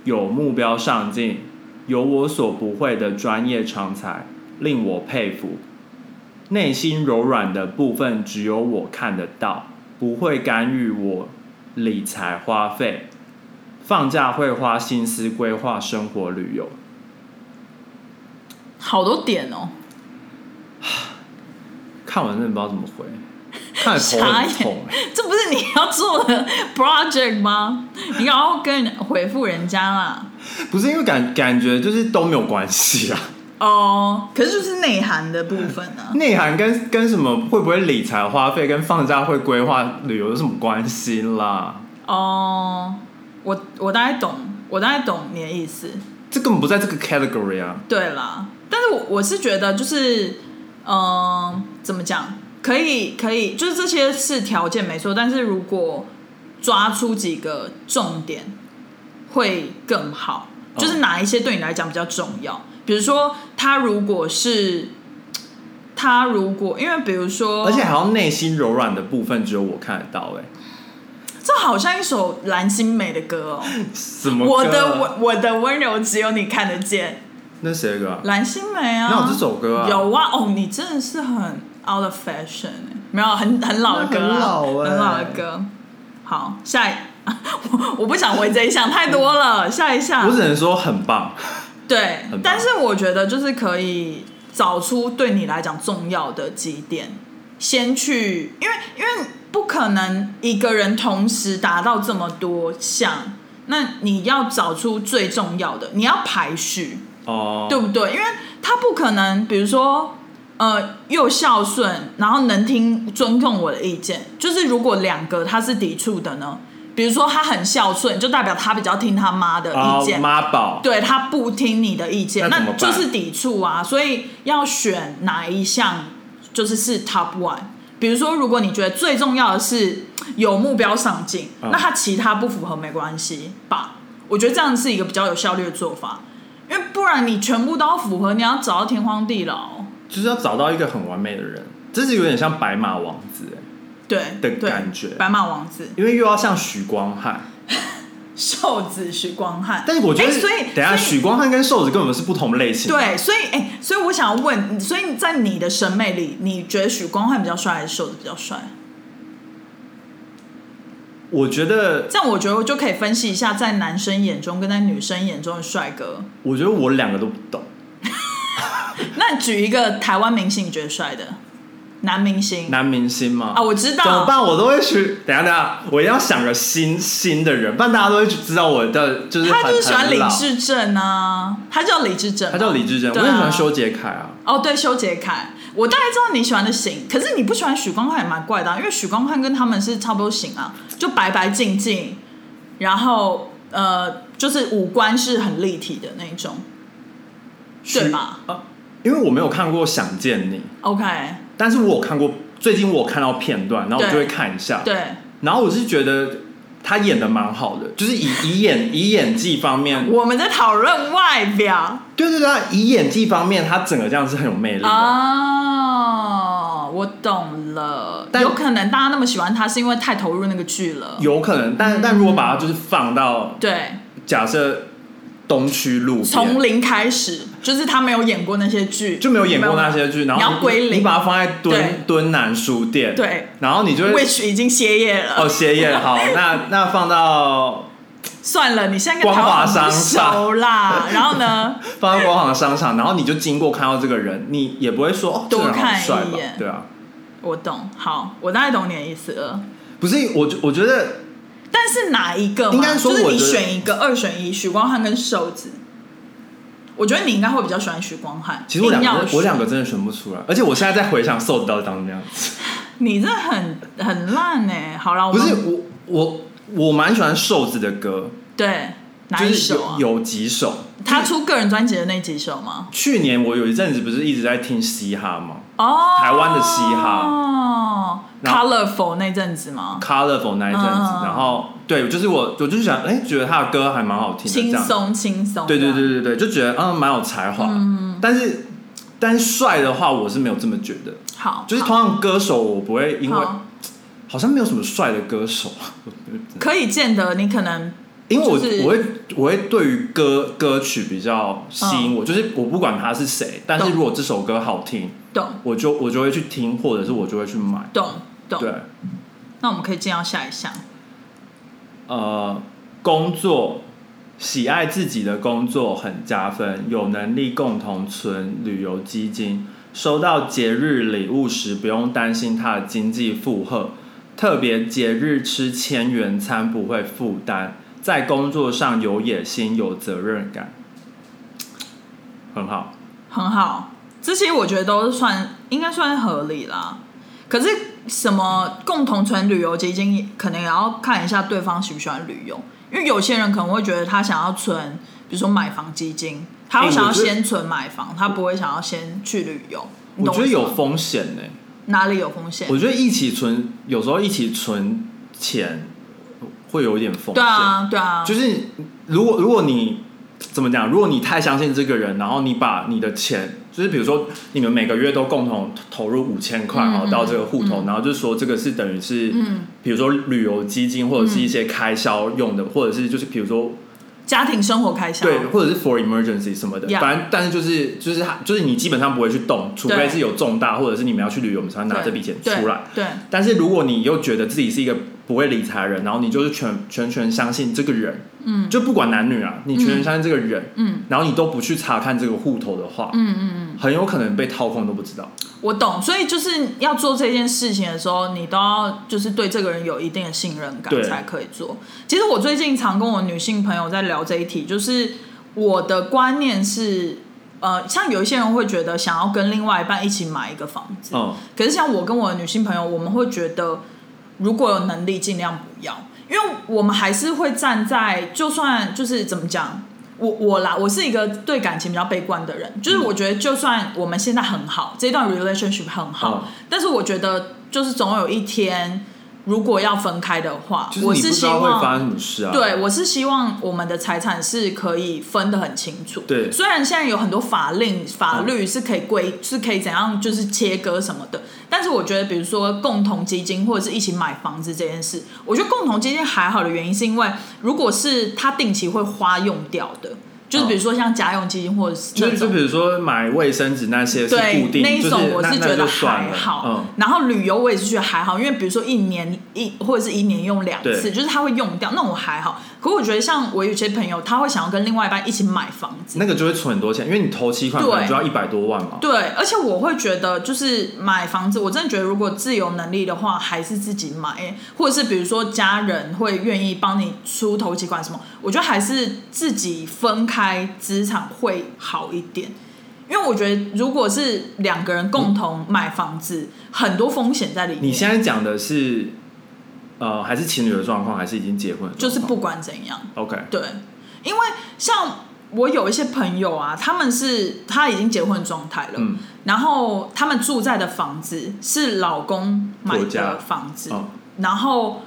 Speaker 2: 有目标上进，有我所不会的专业常才，令我佩服。内心柔软的部分只有我看得到，不会干预我理财花费。放假会花心思规划生活旅游，
Speaker 1: 好多点哦、
Speaker 2: 看完真的不知道怎么回，看得头
Speaker 1: 傻
Speaker 2: 很
Speaker 1: 眼
Speaker 2: 痛、欸
Speaker 1: 这不是你要做的 project 吗？你赶快跟人回复人家啦。
Speaker 2: 不是因为感感觉就是都没有关系啊，
Speaker 1: 哦，可是就是内涵的部分啊呢、
Speaker 2: 内涵跟跟什么会不会理财花费跟放假会规划旅游有什么关系啦？
Speaker 1: 哦，我我大概懂，我大概懂你的意思。
Speaker 2: 这根本不在这个 category 啊。
Speaker 1: 对啦，但是我我是觉得就是，嗯、怎么讲？可以可以，就是这些是条件没错，但是如果抓出几个重点会更好。
Speaker 2: 哦
Speaker 1: 就是哪一些对你来讲比较重要？比如说，他如果是他如果因为比如说，
Speaker 2: 而且好像内心柔软的部分只有我看得到、欸，哎，
Speaker 1: 这好像一首蓝心湄的歌哦。
Speaker 2: 什么歌？啊
Speaker 1: 我的我我的温柔只有你看得见，
Speaker 2: 那谁的歌、啊？
Speaker 1: 蓝心湄啊，
Speaker 2: 哪有这首歌啊
Speaker 1: 有啊，哦，你真的是很 out of fashion，、欸、没有很很老的歌、啊，
Speaker 2: 那很老欸
Speaker 1: 很老的歌。好，下一， 我我不想围这一项太多了，下一项
Speaker 2: 我只能说很棒。
Speaker 1: 对
Speaker 2: 嗯很棒，
Speaker 1: 但是我觉得就是可以找出对你来讲重要的几点，先去，因为因为不可能一个人同时达到这么多项，那你要找出最重要的，你要排序，
Speaker 2: 哦、
Speaker 1: 对不对？因为他不可能，比如说。呃，又孝顺，然后能听尊重我的意见。就是如果两个他是抵触的呢，比如说他很孝顺，就代表他比较听他妈的
Speaker 2: 啊
Speaker 1: 意见，
Speaker 2: 妈宝。
Speaker 1: 对他不听你的意见，
Speaker 2: 那怎
Speaker 1: 那
Speaker 2: 么办
Speaker 1: 就是抵触啊。所以要选哪一项就是是 top one。比如说，如果你觉得最重要的是有目标上进，
Speaker 2: 嗯
Speaker 1: 那他其他不符合没关系吧？我觉得这样是一个比较有效率的做法，因为不然你全部都要符合，你要找到天荒地老。
Speaker 2: 就是要找到一个很完美的人，这是有点像白马王子、欸，
Speaker 1: 对
Speaker 2: 的
Speaker 1: 对
Speaker 2: 感觉
Speaker 1: 白马王子、
Speaker 2: 因为又要像许光汉，
Speaker 1: 瘦子、许光汉。
Speaker 2: 但是我觉得，
Speaker 1: 哎所以
Speaker 2: 等一下
Speaker 1: 所以
Speaker 2: 许光汉跟瘦子根本是不同类型的。
Speaker 1: 对，所以哎、所以我想要问，所以在你的审美里，你觉得许光汉比较帅还是瘦子比较帅？
Speaker 2: 我觉得，
Speaker 1: 这样我觉得我就可以分析一下，在男生眼中跟在女生眼中的帅哥。
Speaker 2: 我觉得我两个都不懂。
Speaker 1: 那举一个台湾明星你觉得帅的男明星
Speaker 2: 男明星吗？
Speaker 1: 啊，我知
Speaker 2: 怎么
Speaker 1: 道，
Speaker 2: 办？我都会去。等一下，等一下，我一定要想个新新的人，不然大家都会知道我的就是
Speaker 1: 他就
Speaker 2: 很
Speaker 1: 是喜欢
Speaker 2: 很
Speaker 1: 李
Speaker 2: 老
Speaker 1: 智正啊，他叫李智正吧，
Speaker 2: 他叫李智珍，我
Speaker 1: 对啊
Speaker 2: 也喜欢修杰楷啊。
Speaker 1: 哦，对，修杰楷。我大概知道你喜欢的型，可是你不喜欢许光汉也蛮怪的啊、因为许光汉跟他们是差不多型啊，就白白净净，然后呃，就是五官是很立体的那一种，对吧
Speaker 2: 许？啊，因为我没有看过《想见你》，
Speaker 1: ？OK，
Speaker 2: 但是我有看过，最近我有看到片段，然后我就
Speaker 1: 对
Speaker 2: 会看一下。
Speaker 1: 对，
Speaker 2: 然后我是觉得他演的蛮好的，就是以以演以演技方面，
Speaker 1: 我们在讨论外表。
Speaker 2: 对对对啊，以演技方面，他整个这样是很有魅力的。
Speaker 1: 哦，我懂了。
Speaker 2: 但
Speaker 1: 有可能大家那么喜欢他，是因为太投入那个剧了。
Speaker 2: 有可能，但但如果把它就是放到
Speaker 1: 对，
Speaker 2: 假设东区路边，
Speaker 1: 从零开始，就是他没有演过那些剧，
Speaker 2: 就没有演过那些剧，然
Speaker 1: 你
Speaker 2: 后
Speaker 1: 要归
Speaker 2: 你
Speaker 1: 零
Speaker 2: 把它放在
Speaker 1: 对
Speaker 2: 敦敦南书店，，
Speaker 1: 对
Speaker 2: 然后你就会
Speaker 1: ，which 已经歇业了。
Speaker 2: 哦斜眼好，那那放到
Speaker 1: 算了，你现在跟
Speaker 2: 光
Speaker 1: 台
Speaker 2: 华
Speaker 1: 湾很不
Speaker 2: 商场
Speaker 1: 熟 啦。然后呢，
Speaker 2: 放在广场商场，然后你就经过看到这个人，你也不会说哦，这个人
Speaker 1: 多
Speaker 2: 好
Speaker 1: 看一
Speaker 2: 帅吧
Speaker 1: 眼？
Speaker 2: 对啊，
Speaker 1: 我懂，好，我大概懂你的意思了。
Speaker 2: 不是我觉我觉得
Speaker 1: 但是哪一个嘛？
Speaker 2: 应该说
Speaker 1: 就是
Speaker 2: 我
Speaker 1: 你
Speaker 2: 觉得
Speaker 1: 选一个，二选一，许光汉跟瘦子。我觉得你应该会比较喜欢许光汉。
Speaker 2: 其实我两
Speaker 1: 硬要哦
Speaker 2: 个
Speaker 1: 选
Speaker 2: 我两个真的选不出来，而且我现在在回想瘦子到底长什么样子，
Speaker 1: 你这很很烂哎、好了，我
Speaker 2: 不
Speaker 1: 们
Speaker 2: 是我我我蛮喜欢瘦子的歌，
Speaker 1: 对，哪
Speaker 2: 就
Speaker 1: 一
Speaker 2: 是
Speaker 1: 首啊？
Speaker 2: 有有几首。
Speaker 1: 他出个人专辑的那几首吗？
Speaker 2: 去年我有一阵子不是一直在听嘻哈吗
Speaker 1: 哦，
Speaker 2: 台湾的嘻哈
Speaker 1: 哦
Speaker 2: 然后
Speaker 1: ，Colorful 那阵子吗？
Speaker 2: ？Colorful 那一阵子，
Speaker 1: 嗯
Speaker 2: 然后对，就是我我就是想，哎、觉得他的歌还蛮好听的，这
Speaker 1: 轻
Speaker 2: 样。
Speaker 1: 松轻松，
Speaker 2: 对对对对对，就觉得嗯蛮有才华，
Speaker 1: 嗯
Speaker 2: 但是但帅的话我是没有这么觉得，
Speaker 1: 对，好，
Speaker 2: 就是
Speaker 1: 好
Speaker 2: 通常歌手我不会因为
Speaker 1: 好
Speaker 2: 好像没有什么帅的歌 手，
Speaker 1: 可以见得你可能
Speaker 2: 因为我、
Speaker 1: 就是
Speaker 2: 我会我会对于歌歌曲比较吸引我，就是我不管他是谁，但是
Speaker 1: 嗯懂
Speaker 2: 如果这首歌好听，
Speaker 1: 懂
Speaker 2: 我就我就会去听，或者是我就会去买。
Speaker 1: 懂懂，
Speaker 2: 对，
Speaker 1: 那我们可以进到下一项，
Speaker 2: 呃，工作喜爱自己的工作很加分，有能力共同存旅游基金，收到节日礼物时不用担心它的经济负荷，特别节日吃千元餐不会负担，在工作上有野心有责任感，很好。
Speaker 1: 很好，这些我觉得都算应该算合理啦。可是什么共同存旅游基金，可能也要看一下对方喜不喜欢旅游，因为有些人可能会觉得他想要存，比如说买房基金，他会
Speaker 2: 哎
Speaker 1: 想要
Speaker 2: 我觉得
Speaker 1: 先存买房，他不会想要先去旅游。你
Speaker 2: 我
Speaker 1: 懂
Speaker 2: 觉得
Speaker 1: 意思吗
Speaker 2: 有风险呢、
Speaker 1: 哪里有风险
Speaker 2: 我？觉得一起存，有时候一起存钱会有一点风险。
Speaker 1: 对啊，对啊，
Speaker 2: 就是如果如果你怎么讲，如果你太相信这个人，然后你把你的钱，就是比如说你们每个月都共同投入五千块
Speaker 1: 嗯
Speaker 2: 哦到这个户头，然后就说这个是等于是，
Speaker 1: 嗯，
Speaker 2: 比如说旅游基金或者是一些开销用的，或者是就是比如说
Speaker 1: 家庭生活开销，
Speaker 2: 对，或者是 for emergency 什么的
Speaker 1: Yeah
Speaker 2: 反正但是就是就是它就是你基本上不会去动，除
Speaker 1: 对
Speaker 2: 非是有重大或者是你们要去旅游，我们才会拿这笔钱
Speaker 1: 对
Speaker 2: 出来。
Speaker 1: 对，
Speaker 2: 但是如果你又觉得自己是一个不会理财的人，然后你就是全全全相信这个人，
Speaker 1: 嗯
Speaker 2: 就不管男女啊，你全全相信这个人，
Speaker 1: 嗯
Speaker 2: 然后你都不去查看这个户头的话，
Speaker 1: 嗯嗯嗯，
Speaker 2: 很有可能被掏空都不知道。
Speaker 1: 我懂。所以就是要做这件事情的时候，你都要就是对这个人有一定的信任感
Speaker 2: 对
Speaker 1: 才可以做。其实我最近常跟我女性朋友在聊这一题，就是我的观念是，呃，像有一些人会觉得想要跟另外一半一起买一个房子，
Speaker 2: 嗯，
Speaker 1: 可是像我跟我的女性朋友，我们会觉得如果有能力，尽量不要，因为我们还是会站在，就算就是怎么讲，我我啦，我是一个对感情比较悲观的人，就是
Speaker 2: 嗯
Speaker 1: 我觉得就算我们现在很好，这段 relationship 很好，
Speaker 2: 嗯
Speaker 1: 但是我觉得就是总有一天，如果要分开的话，
Speaker 2: 就是
Speaker 1: 我
Speaker 2: 你不
Speaker 1: 是
Speaker 2: 知
Speaker 1: 希
Speaker 2: 道会
Speaker 1: 望
Speaker 2: 发生什么事啊。，
Speaker 1: 对，我是希望我们的财产是可以分得很清楚。
Speaker 2: 对嗯
Speaker 1: 虽然现在有很多法令、法律是可以规、是可以怎样，就是切割什么的，但是我觉得，比如说共同基金或者是一起买房子这件事，我觉得共同基金还好的原因是因为，如果是他定期会花用掉的，就是比如说像家用基金或者是
Speaker 2: 就
Speaker 1: 那
Speaker 2: 是就
Speaker 1: 种。
Speaker 2: 比如说买卫生纸那些是固
Speaker 1: 对，
Speaker 2: 定，
Speaker 1: 那一
Speaker 2: 就是
Speaker 1: 种我
Speaker 2: 那
Speaker 1: 是
Speaker 2: 那
Speaker 1: 觉得
Speaker 2: 就算
Speaker 1: 还
Speaker 2: 了
Speaker 1: 好。
Speaker 2: 嗯，
Speaker 1: 然后旅游我也是觉得还好，因为比如说一年一或者是一年用两次，
Speaker 2: 对
Speaker 1: 就是他会用掉，那我还好。可我觉得像我有些朋友，他会想要跟另外一半一起买房子。
Speaker 2: 那个就会存很多钱，因为你头期款
Speaker 1: 对
Speaker 2: 可能就要一百多万嘛。
Speaker 1: 对，而且我会觉得，就是买房子，我真的觉得，如果自有能力的话，还是自己买，欸或者是比如说家人会愿意帮你出头期款什么，我觉得还是自己分开资产会好一点。因为我觉得，如果是两个人共同买房子，很多风险在里面。
Speaker 2: 你现在讲的是，呃，还是情侣的状况，还是已经结婚的状况？
Speaker 1: 就是不管怎样，
Speaker 2: OK，
Speaker 1: 对，因为像我有一些朋友啊，他们是他已经结婚的状态了，
Speaker 2: 嗯，
Speaker 1: 然后他们住在的房子是老公买
Speaker 2: 婆家
Speaker 1: 的房子，
Speaker 2: 哦，
Speaker 1: 然后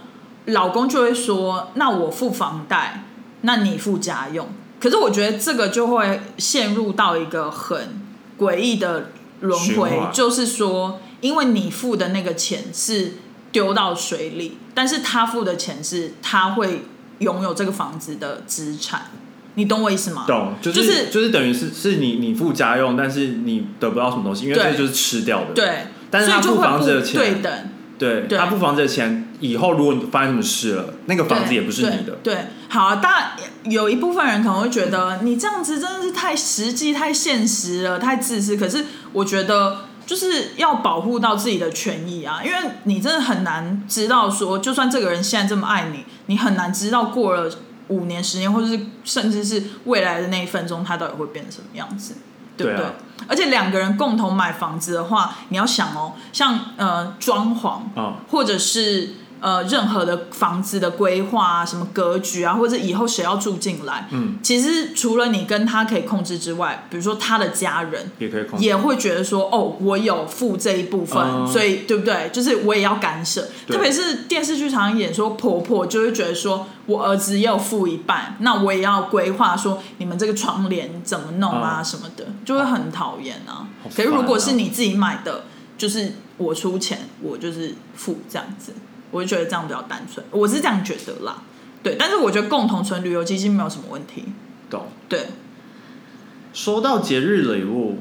Speaker 1: 老公就会说：“那我付房贷，那你付家用。”可是我觉得这个就会陷入到一个很诡异的轮
Speaker 2: 循
Speaker 1: 回，
Speaker 2: 环
Speaker 1: 就是说，因为你付的那个钱是丢到水里，但是他付的钱是他会拥有这个房子的资产，你懂我意思吗？
Speaker 2: 懂，就是
Speaker 1: 就
Speaker 2: 就是是、等于是是你你付家用，但是你得不到什么东西，因为
Speaker 1: 对
Speaker 2: 这就是吃掉的。
Speaker 1: 对，
Speaker 2: 但是
Speaker 1: 所以
Speaker 2: 他
Speaker 1: 就
Speaker 2: 付
Speaker 1: 会
Speaker 2: 房
Speaker 1: 不
Speaker 2: 子的钱
Speaker 1: 对等。
Speaker 2: 对，
Speaker 1: 对
Speaker 2: 他付房子的钱，以后如果你发生什么事了，那个
Speaker 1: 对
Speaker 2: 房子也不是你的。
Speaker 1: 对，对好、啊，当然有一部分人可能会觉得你这样子真的是太实际、太现实了、太自私。可是我觉得就是要保护到自己的权益啊，因为你真的很难知道说，就算这个人现在这么爱你，你很难知道过了五年、十年，或者是甚至是未来的那一分钟，他到底会变成什么样子，对不对？
Speaker 2: 对啊
Speaker 1: 而且两个人共同买房子的话，你要想哦，像呃装潢，
Speaker 2: 啊、
Speaker 1: 或者是呃任何的房子的规划啊，什么格局啊，或者以后谁要住进来，
Speaker 2: 嗯，
Speaker 1: 其实除了你跟他可以控制之外，比如说他的家人。
Speaker 2: 也可以控制。
Speaker 1: 也会觉得说，哦，我有付这一部分，
Speaker 2: 嗯
Speaker 1: 所以对不对？就是我也要干涉。
Speaker 2: 对
Speaker 1: 特别是电视剧常演说婆婆就会觉得说，我儿子要付一半，那我也要规划说你们这个窗帘怎么弄啊
Speaker 2: 嗯
Speaker 1: 什么的，就会很讨厌啊。
Speaker 2: 好
Speaker 1: 可是如
Speaker 2: 烦
Speaker 1: 果
Speaker 2: 啊
Speaker 1: 是你自己买的，就是我出钱，我就是付这样子，我就觉得这样比较单纯，我是这样觉得啦。对，但是我觉得共同存旅游基金没有什么问题。
Speaker 2: 懂。
Speaker 1: 对，
Speaker 2: 收到节日礼物，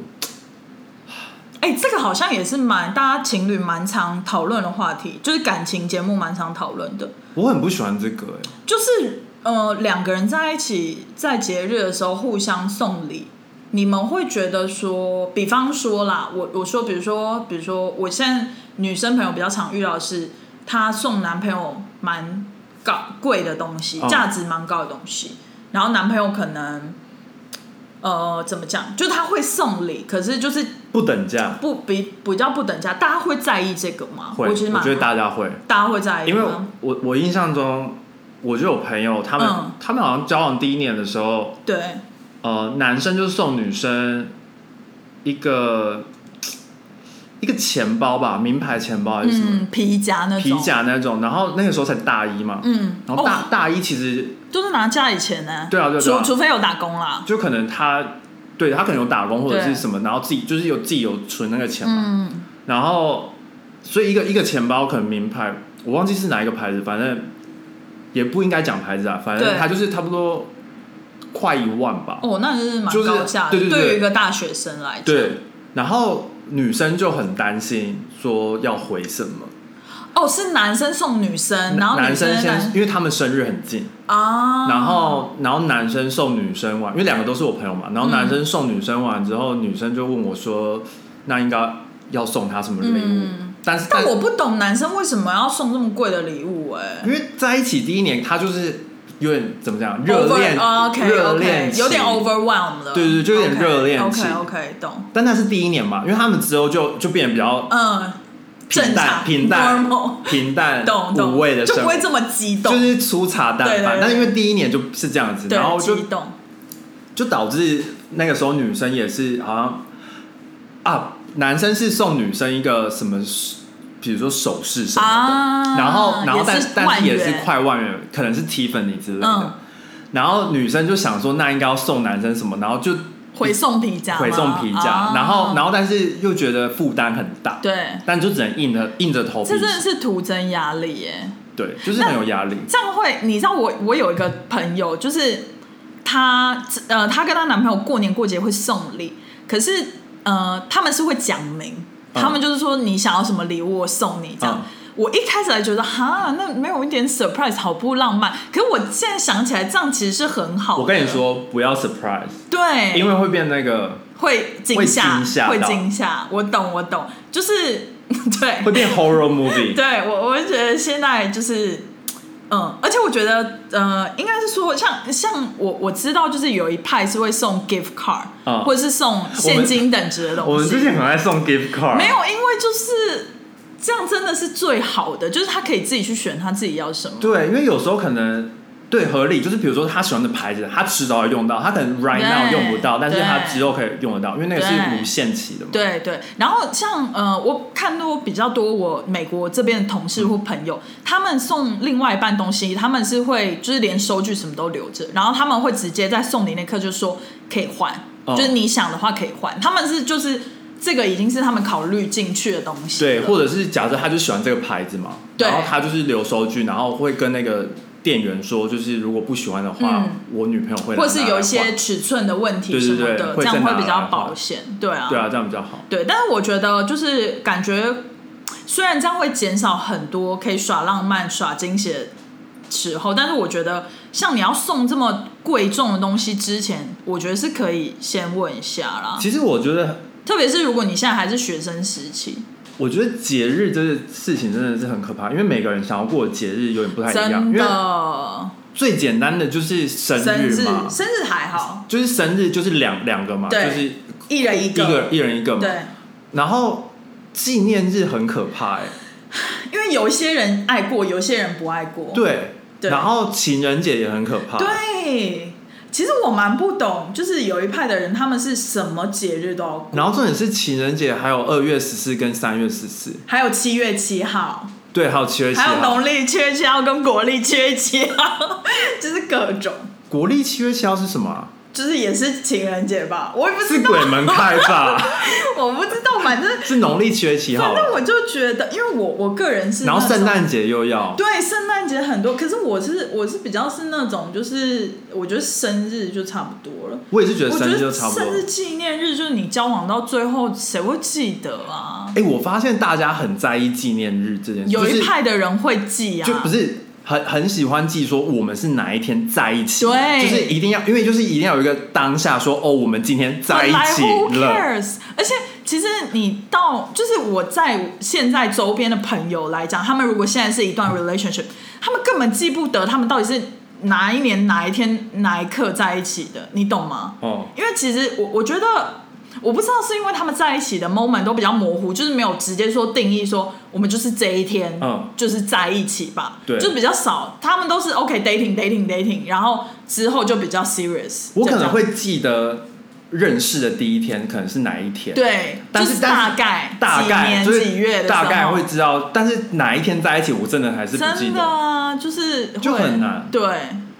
Speaker 1: 哎、这个好像也是蛮大家情侣蛮常讨论的话题，就是感情节目蛮常讨论的，
Speaker 2: 我很不喜欢这个、欸，
Speaker 1: 就是呃两个人在一起在节日的时候互相送礼，你们会觉得说，比方说啦，我我说比如说比如说我现在女生朋友比较常遇到的是，她送男朋友蛮高贵的东西，
Speaker 2: 哦
Speaker 1: 价值蛮高的东西，然后男朋友可能呃怎么讲，就是他会送礼，可是就是
Speaker 2: 不等价。
Speaker 1: 不比比较不等价，大家会在意这个吗？
Speaker 2: 会，
Speaker 1: 我
Speaker 2: 我
Speaker 1: 其实蛮
Speaker 2: 觉得大家会，
Speaker 1: 大家会在意
Speaker 2: 因为
Speaker 1: 吗，
Speaker 2: 我我印象中，我就有朋友，他们、
Speaker 1: 嗯
Speaker 2: 他们好像交往第一年的时候，
Speaker 1: 对，
Speaker 2: 呃，男生就送女生一个一个钱包吧，名牌钱包还是什么、
Speaker 1: 嗯，皮夹那种，
Speaker 2: 皮，夹那种，然后那个时候才大一嘛，
Speaker 1: 嗯，
Speaker 2: 然后大、
Speaker 1: 哦、
Speaker 2: 大一其实
Speaker 1: 都是拿家里钱呢，
Speaker 2: 对啊对啊对啊
Speaker 1: 除除非有打工啦，
Speaker 2: 就可能他对他可能有打工或者
Speaker 1: 对
Speaker 2: 是什么，然后自己就是有自己有存那个钱嘛，
Speaker 1: 嗯，
Speaker 2: 然后所以一个一个钱包可能名牌，我忘记是哪一个牌子，反正也不应该讲牌子啊，反正
Speaker 1: 对
Speaker 2: 它就是差不多快一万吧。
Speaker 1: 哦，那就是蛮
Speaker 2: 就是
Speaker 1: 高价的，
Speaker 2: 对对对
Speaker 1: 于一个大学生来讲，
Speaker 2: 对，然后女生就很担心说要回什么，
Speaker 1: 哦，是男生送女生，嗯然后
Speaker 2: 男
Speaker 1: 女
Speaker 2: 生先，
Speaker 1: 男
Speaker 2: 因为他们生日很近，
Speaker 1: 啊，
Speaker 2: 然后然后男生送女生玩，因为两个都是我朋友嘛，然后男生送女生玩之后，女生就问我说，那应该要送她什么礼物？
Speaker 1: 嗯
Speaker 2: 但是
Speaker 1: 但我不懂男生为什么要送这么贵的礼物、哎。
Speaker 2: 因为在一起第一年，他就是有点怎么讲，热恋，
Speaker 1: 啊，OK
Speaker 2: 热恋
Speaker 1: OK，
Speaker 2: 期
Speaker 1: 哦有点 overwhelm 了，
Speaker 2: 对对就有点热恋期
Speaker 1: OK OK，懂，
Speaker 2: 但那是第一年嘛，因为他们之后就就变得比较
Speaker 1: 嗯，
Speaker 2: 平
Speaker 1: 正
Speaker 2: 淡、
Speaker 1: 常
Speaker 2: 平淡
Speaker 1: normal、
Speaker 2: 平淡、
Speaker 1: 懂懂
Speaker 2: 无味的
Speaker 1: 就
Speaker 2: 生
Speaker 1: 不
Speaker 2: 活
Speaker 1: 会，这么激动，
Speaker 2: 就是粗茶淡
Speaker 1: 对对
Speaker 2: 饭。
Speaker 1: 对
Speaker 2: 但是因为第一年就是这样子，
Speaker 1: 对
Speaker 2: 然后就
Speaker 1: 激动，
Speaker 2: 就导致那个时候女生也是好像啊，男生是送女生一个什么，比如说首饰什么的，
Speaker 1: 啊
Speaker 2: 然后然后但
Speaker 1: 也是
Speaker 2: 但
Speaker 1: 万
Speaker 2: 是也是
Speaker 1: 元
Speaker 2: 快万元，可能是 Tiffany 之类的。
Speaker 1: 嗯
Speaker 2: 然后女生就想说，那应该要送男生什么，然后就
Speaker 1: 回送皮夹吗，
Speaker 2: 回送皮夹，
Speaker 1: 啊
Speaker 2: 然后然后但是又觉得负担很大，
Speaker 1: 对，
Speaker 2: 但就只能硬着硬着头皮
Speaker 1: 这，真的是徒增压力耶。
Speaker 2: 对，就是很有压力。
Speaker 1: 这样会，你知道我我有一个朋友，就是她呃，她跟她男朋友过年过节会送礼，可是呃，他们是会讲明，
Speaker 2: 嗯
Speaker 1: 他们就是说你想要什么礼物，我送你这样。
Speaker 2: 嗯
Speaker 1: 我一开始还觉得哈，那没有一点 surprise 好不浪漫，可是我现在想起来，这样其实是很好的。哎
Speaker 2: 我跟你，说，不要 surprise，
Speaker 1: 对，
Speaker 2: 因为会变那个
Speaker 1: 会惊
Speaker 2: 会
Speaker 1: 吓，
Speaker 2: 惊吓到
Speaker 1: 会惊吓。我懂，我懂，就是 对，
Speaker 2: 会变 horror movie。
Speaker 1: 对我，我就觉得现在就是，嗯，而且我觉得，呃，应该是说，像像我我知道，就是有一派是会送 gift card，、
Speaker 2: 嗯
Speaker 1: 或者是送现金等值的
Speaker 2: 我
Speaker 1: 东
Speaker 2: 们之
Speaker 1: 西。
Speaker 2: 前很爱送 gift card，
Speaker 1: 没有，因为就是这样，真的是最好的，就是他可以自己去选他自己要什么。
Speaker 2: 对，因为有时候可能对合理，就是比如说他喜欢的牌子，他迟早要用到，他可能 right now
Speaker 1: 对
Speaker 2: 用不到，但是他
Speaker 1: 对
Speaker 2: 之后可以用得到，因为那个是
Speaker 1: 对
Speaker 2: 无限期的嘛。
Speaker 1: 对对，然后像呃，我看到比较多我美国这边的同事或朋友，他们送另外一半东西，他们是会就是连收据什么都留着，然后他们会直接在送礼那刻就说可以换，
Speaker 2: 哦
Speaker 1: 就是你想的话可以换，他们是就是这个已经是他们考虑进去的东西
Speaker 2: 对，
Speaker 1: 了，
Speaker 2: 或者是假设他就喜欢这个牌子嘛，
Speaker 1: 对
Speaker 2: 然后他就是留收据，然后会跟那个店员说，就是如果不喜欢的话，
Speaker 1: 嗯
Speaker 2: 我女朋友会拿
Speaker 1: 或是有一
Speaker 2: 来
Speaker 1: 些
Speaker 2: 换
Speaker 1: 尺寸的问题
Speaker 2: 对对
Speaker 1: 什么
Speaker 2: 对
Speaker 1: 的，
Speaker 2: 会
Speaker 1: 这
Speaker 2: 再
Speaker 1: 样
Speaker 2: 拿
Speaker 1: 会比较
Speaker 2: 来
Speaker 1: 保
Speaker 2: 换
Speaker 1: 险，对啊，
Speaker 2: 对啊，这样比较好。
Speaker 1: 对，但是我觉得就是感觉，虽然这样会减少很多可以耍浪漫、耍惊喜的时候，但是我觉得像你要送这么贵重的东西之前，我觉得是可以先问一下啦。
Speaker 2: 其实我觉得，
Speaker 1: 特别是如果你现在还是学生时期，
Speaker 2: 我觉得节日这个事情真的是很可怕，因为每个人想要过的节日有点不太一样。
Speaker 1: 真
Speaker 2: 因为
Speaker 1: 的
Speaker 2: 最简单的就是生
Speaker 1: 生日
Speaker 2: 日嘛，
Speaker 1: 生日还好，
Speaker 2: 就是生日就是两两个嘛，就
Speaker 1: 对
Speaker 2: 是
Speaker 1: 一人一
Speaker 2: 一个一人一个嘛。
Speaker 1: 对，
Speaker 2: 然后纪念日很可怕哎、
Speaker 1: 因为有一些人爱过，有一些人不爱过。
Speaker 2: 对，
Speaker 1: 对
Speaker 2: 然后情人节也很可怕。
Speaker 1: 对，其实我蛮不懂，就是有一派的人，他们是什么节日都要过，
Speaker 2: 然后重点是情人节还有二月十四跟三月十四，
Speaker 1: 还有七月七号，
Speaker 2: 对，还有七月七
Speaker 1: 还有
Speaker 2: 号。
Speaker 1: 农历七月七号跟国历七月七号， 就是各种，
Speaker 2: 国历七月七号是什么啊、
Speaker 1: 就是也是情人节吧，我也不知
Speaker 2: 是
Speaker 1: 道，
Speaker 2: 鬼门开 吧？
Speaker 1: 我不知道，反正
Speaker 2: 是农历七月七号
Speaker 1: 反
Speaker 2: 吧。
Speaker 1: 正我就觉得，因为我我个人是，
Speaker 2: 然后圣。诞节又要，
Speaker 1: 对，圣诞节很多，可是我是我是比较是那种，就是我觉得生日就差不多了。
Speaker 2: 我也是觉得
Speaker 1: 我
Speaker 2: 生日
Speaker 1: 觉
Speaker 2: 就
Speaker 1: 得
Speaker 2: 差不
Speaker 1: 生
Speaker 2: 多。
Speaker 1: 日纪念日就是你交往到最后，谁会记得啊？
Speaker 2: 哎、我发现大家很在意纪念日这件事，
Speaker 1: 有
Speaker 2: 就
Speaker 1: 一
Speaker 2: 是
Speaker 1: 派的人会记啊，
Speaker 2: 就不是很很喜欢记说我们是哪一天在一起，
Speaker 1: 对
Speaker 2: 就是一定要，因为就是一定要有一个当下说哦，我们今天在一起
Speaker 1: 本
Speaker 2: 了，
Speaker 1: 来 who cares？而且其实你到就是我在现在周边的朋友来讲，他们如果现在是一段 relationship，他们根本记不得他们到底是哪一年哪一天哪一刻在一起的，你懂吗？
Speaker 2: 哦，
Speaker 1: 因为其实我我觉得。我不知道是因为他们在一起的 moment 都比较模糊，就是没有直接说定义说我们就是这一天，
Speaker 2: 嗯
Speaker 1: 就是在一起吧，
Speaker 2: 对
Speaker 1: 就比较少。他们都是 OK dating dating dating，然后之后就比较 serious。
Speaker 2: 我可能会记得认识的第一天可能是哪一天，，
Speaker 1: 对，
Speaker 2: 但
Speaker 1: 就是
Speaker 2: 但是
Speaker 1: 大概
Speaker 2: 大概
Speaker 1: 几
Speaker 2: 就
Speaker 1: 年
Speaker 2: 是
Speaker 1: 几月的时候
Speaker 2: 大概会知道，但是哪一天在一起我真的还是不记
Speaker 1: 真的
Speaker 2: 得，
Speaker 1: 啊，就是会
Speaker 2: 就很难
Speaker 1: 对，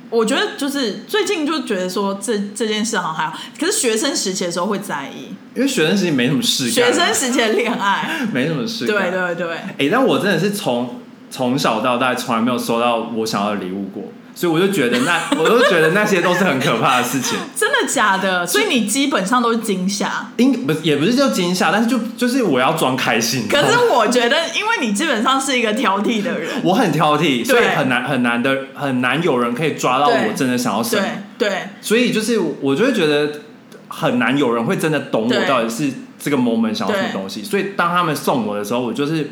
Speaker 1: 我觉得就是最近就觉得说这这件事好像还好，可是学生时期的时候会在意，
Speaker 2: 因为学生时期没什么事干
Speaker 1: 学
Speaker 2: 啊，
Speaker 1: 生时期的恋爱，
Speaker 2: 没什么事干，
Speaker 1: 对对对，
Speaker 2: 哎、但我真的是从从小到大从来没有收到我想要的礼物过，所以我就觉得那 我就觉得那些都是很可怕的事情。
Speaker 1: 真的假的？所以你基本上都是惊吓。
Speaker 2: 应不是也不是就惊吓，但是就就是我要装开心。
Speaker 1: 可是我觉得，因为你基本上是一个挑剔的人，
Speaker 2: 我很挑剔，所以
Speaker 1: 对
Speaker 2: 很难很难的很难有人可以抓到
Speaker 1: 对
Speaker 2: 我真的想要什么
Speaker 1: 对。对，
Speaker 2: 所以就是我就会觉得很难有人会真的懂我
Speaker 1: 对
Speaker 2: 到底是这个 moment 想要什么
Speaker 1: 对
Speaker 2: 东西。所以当他们送我的时候，我就是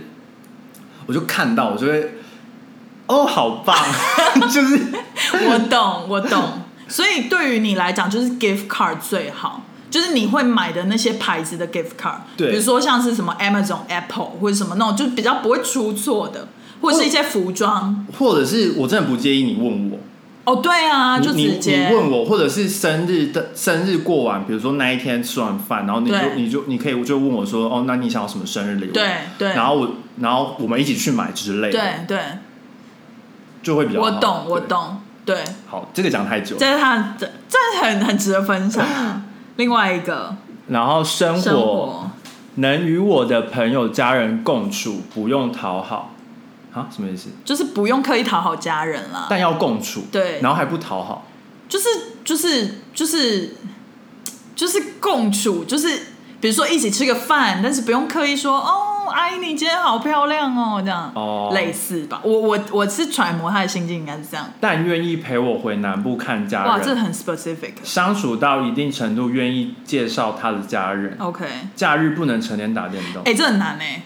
Speaker 2: 我就看到我就会哦，好棒， 就是
Speaker 1: 我懂，我懂。所以对于你来讲，就是 gift card 最好，就是你会买的那些牌子的 gift card，
Speaker 2: 对
Speaker 1: 比如说像是什么 Amazon、Apple 或者什么那种，就比较不会出错的，或者是一些服装。
Speaker 2: 或者是我真的不介意你问我，
Speaker 1: 哦，对啊，就
Speaker 2: 你
Speaker 1: 直接
Speaker 2: 你问我，或者是生日的生日过完，比如说那一天吃完饭，然后你就
Speaker 1: 对
Speaker 2: 你就你可以就问我说，哦，那你想要什么生日礼物？
Speaker 1: 对对
Speaker 2: 然后我然后我们一起去买之类的，，
Speaker 1: 对对，
Speaker 2: 就会比较好
Speaker 1: 我懂，我。
Speaker 2: 对
Speaker 1: 懂，对，
Speaker 2: 好，这个讲太久。
Speaker 1: 这是他的，这很很值得分 享啊。另外一个
Speaker 2: 然后生
Speaker 1: 生活，
Speaker 2: 能与我的朋友家人共处，不用讨好啊，什么意思？
Speaker 1: 就是不用刻意讨好家人啦，
Speaker 2: 但要共处，
Speaker 1: 啊对
Speaker 2: 然后还不讨好，
Speaker 1: 就是就是就是就是共处，就是比如说一起吃个饭，但是不用刻意说哦，阿姨你今天好漂亮哦，这样
Speaker 2: 哦
Speaker 1: 类似吧。我我我是揣摩他的心境，应该是这样。
Speaker 2: 但愿意陪我回南部看家人。
Speaker 1: 哇，这很 specific。
Speaker 2: 相处到一定程度，愿意介绍他的家人。
Speaker 1: OK，
Speaker 2: 假日不能成天打电动
Speaker 1: 哎、。这很难哎、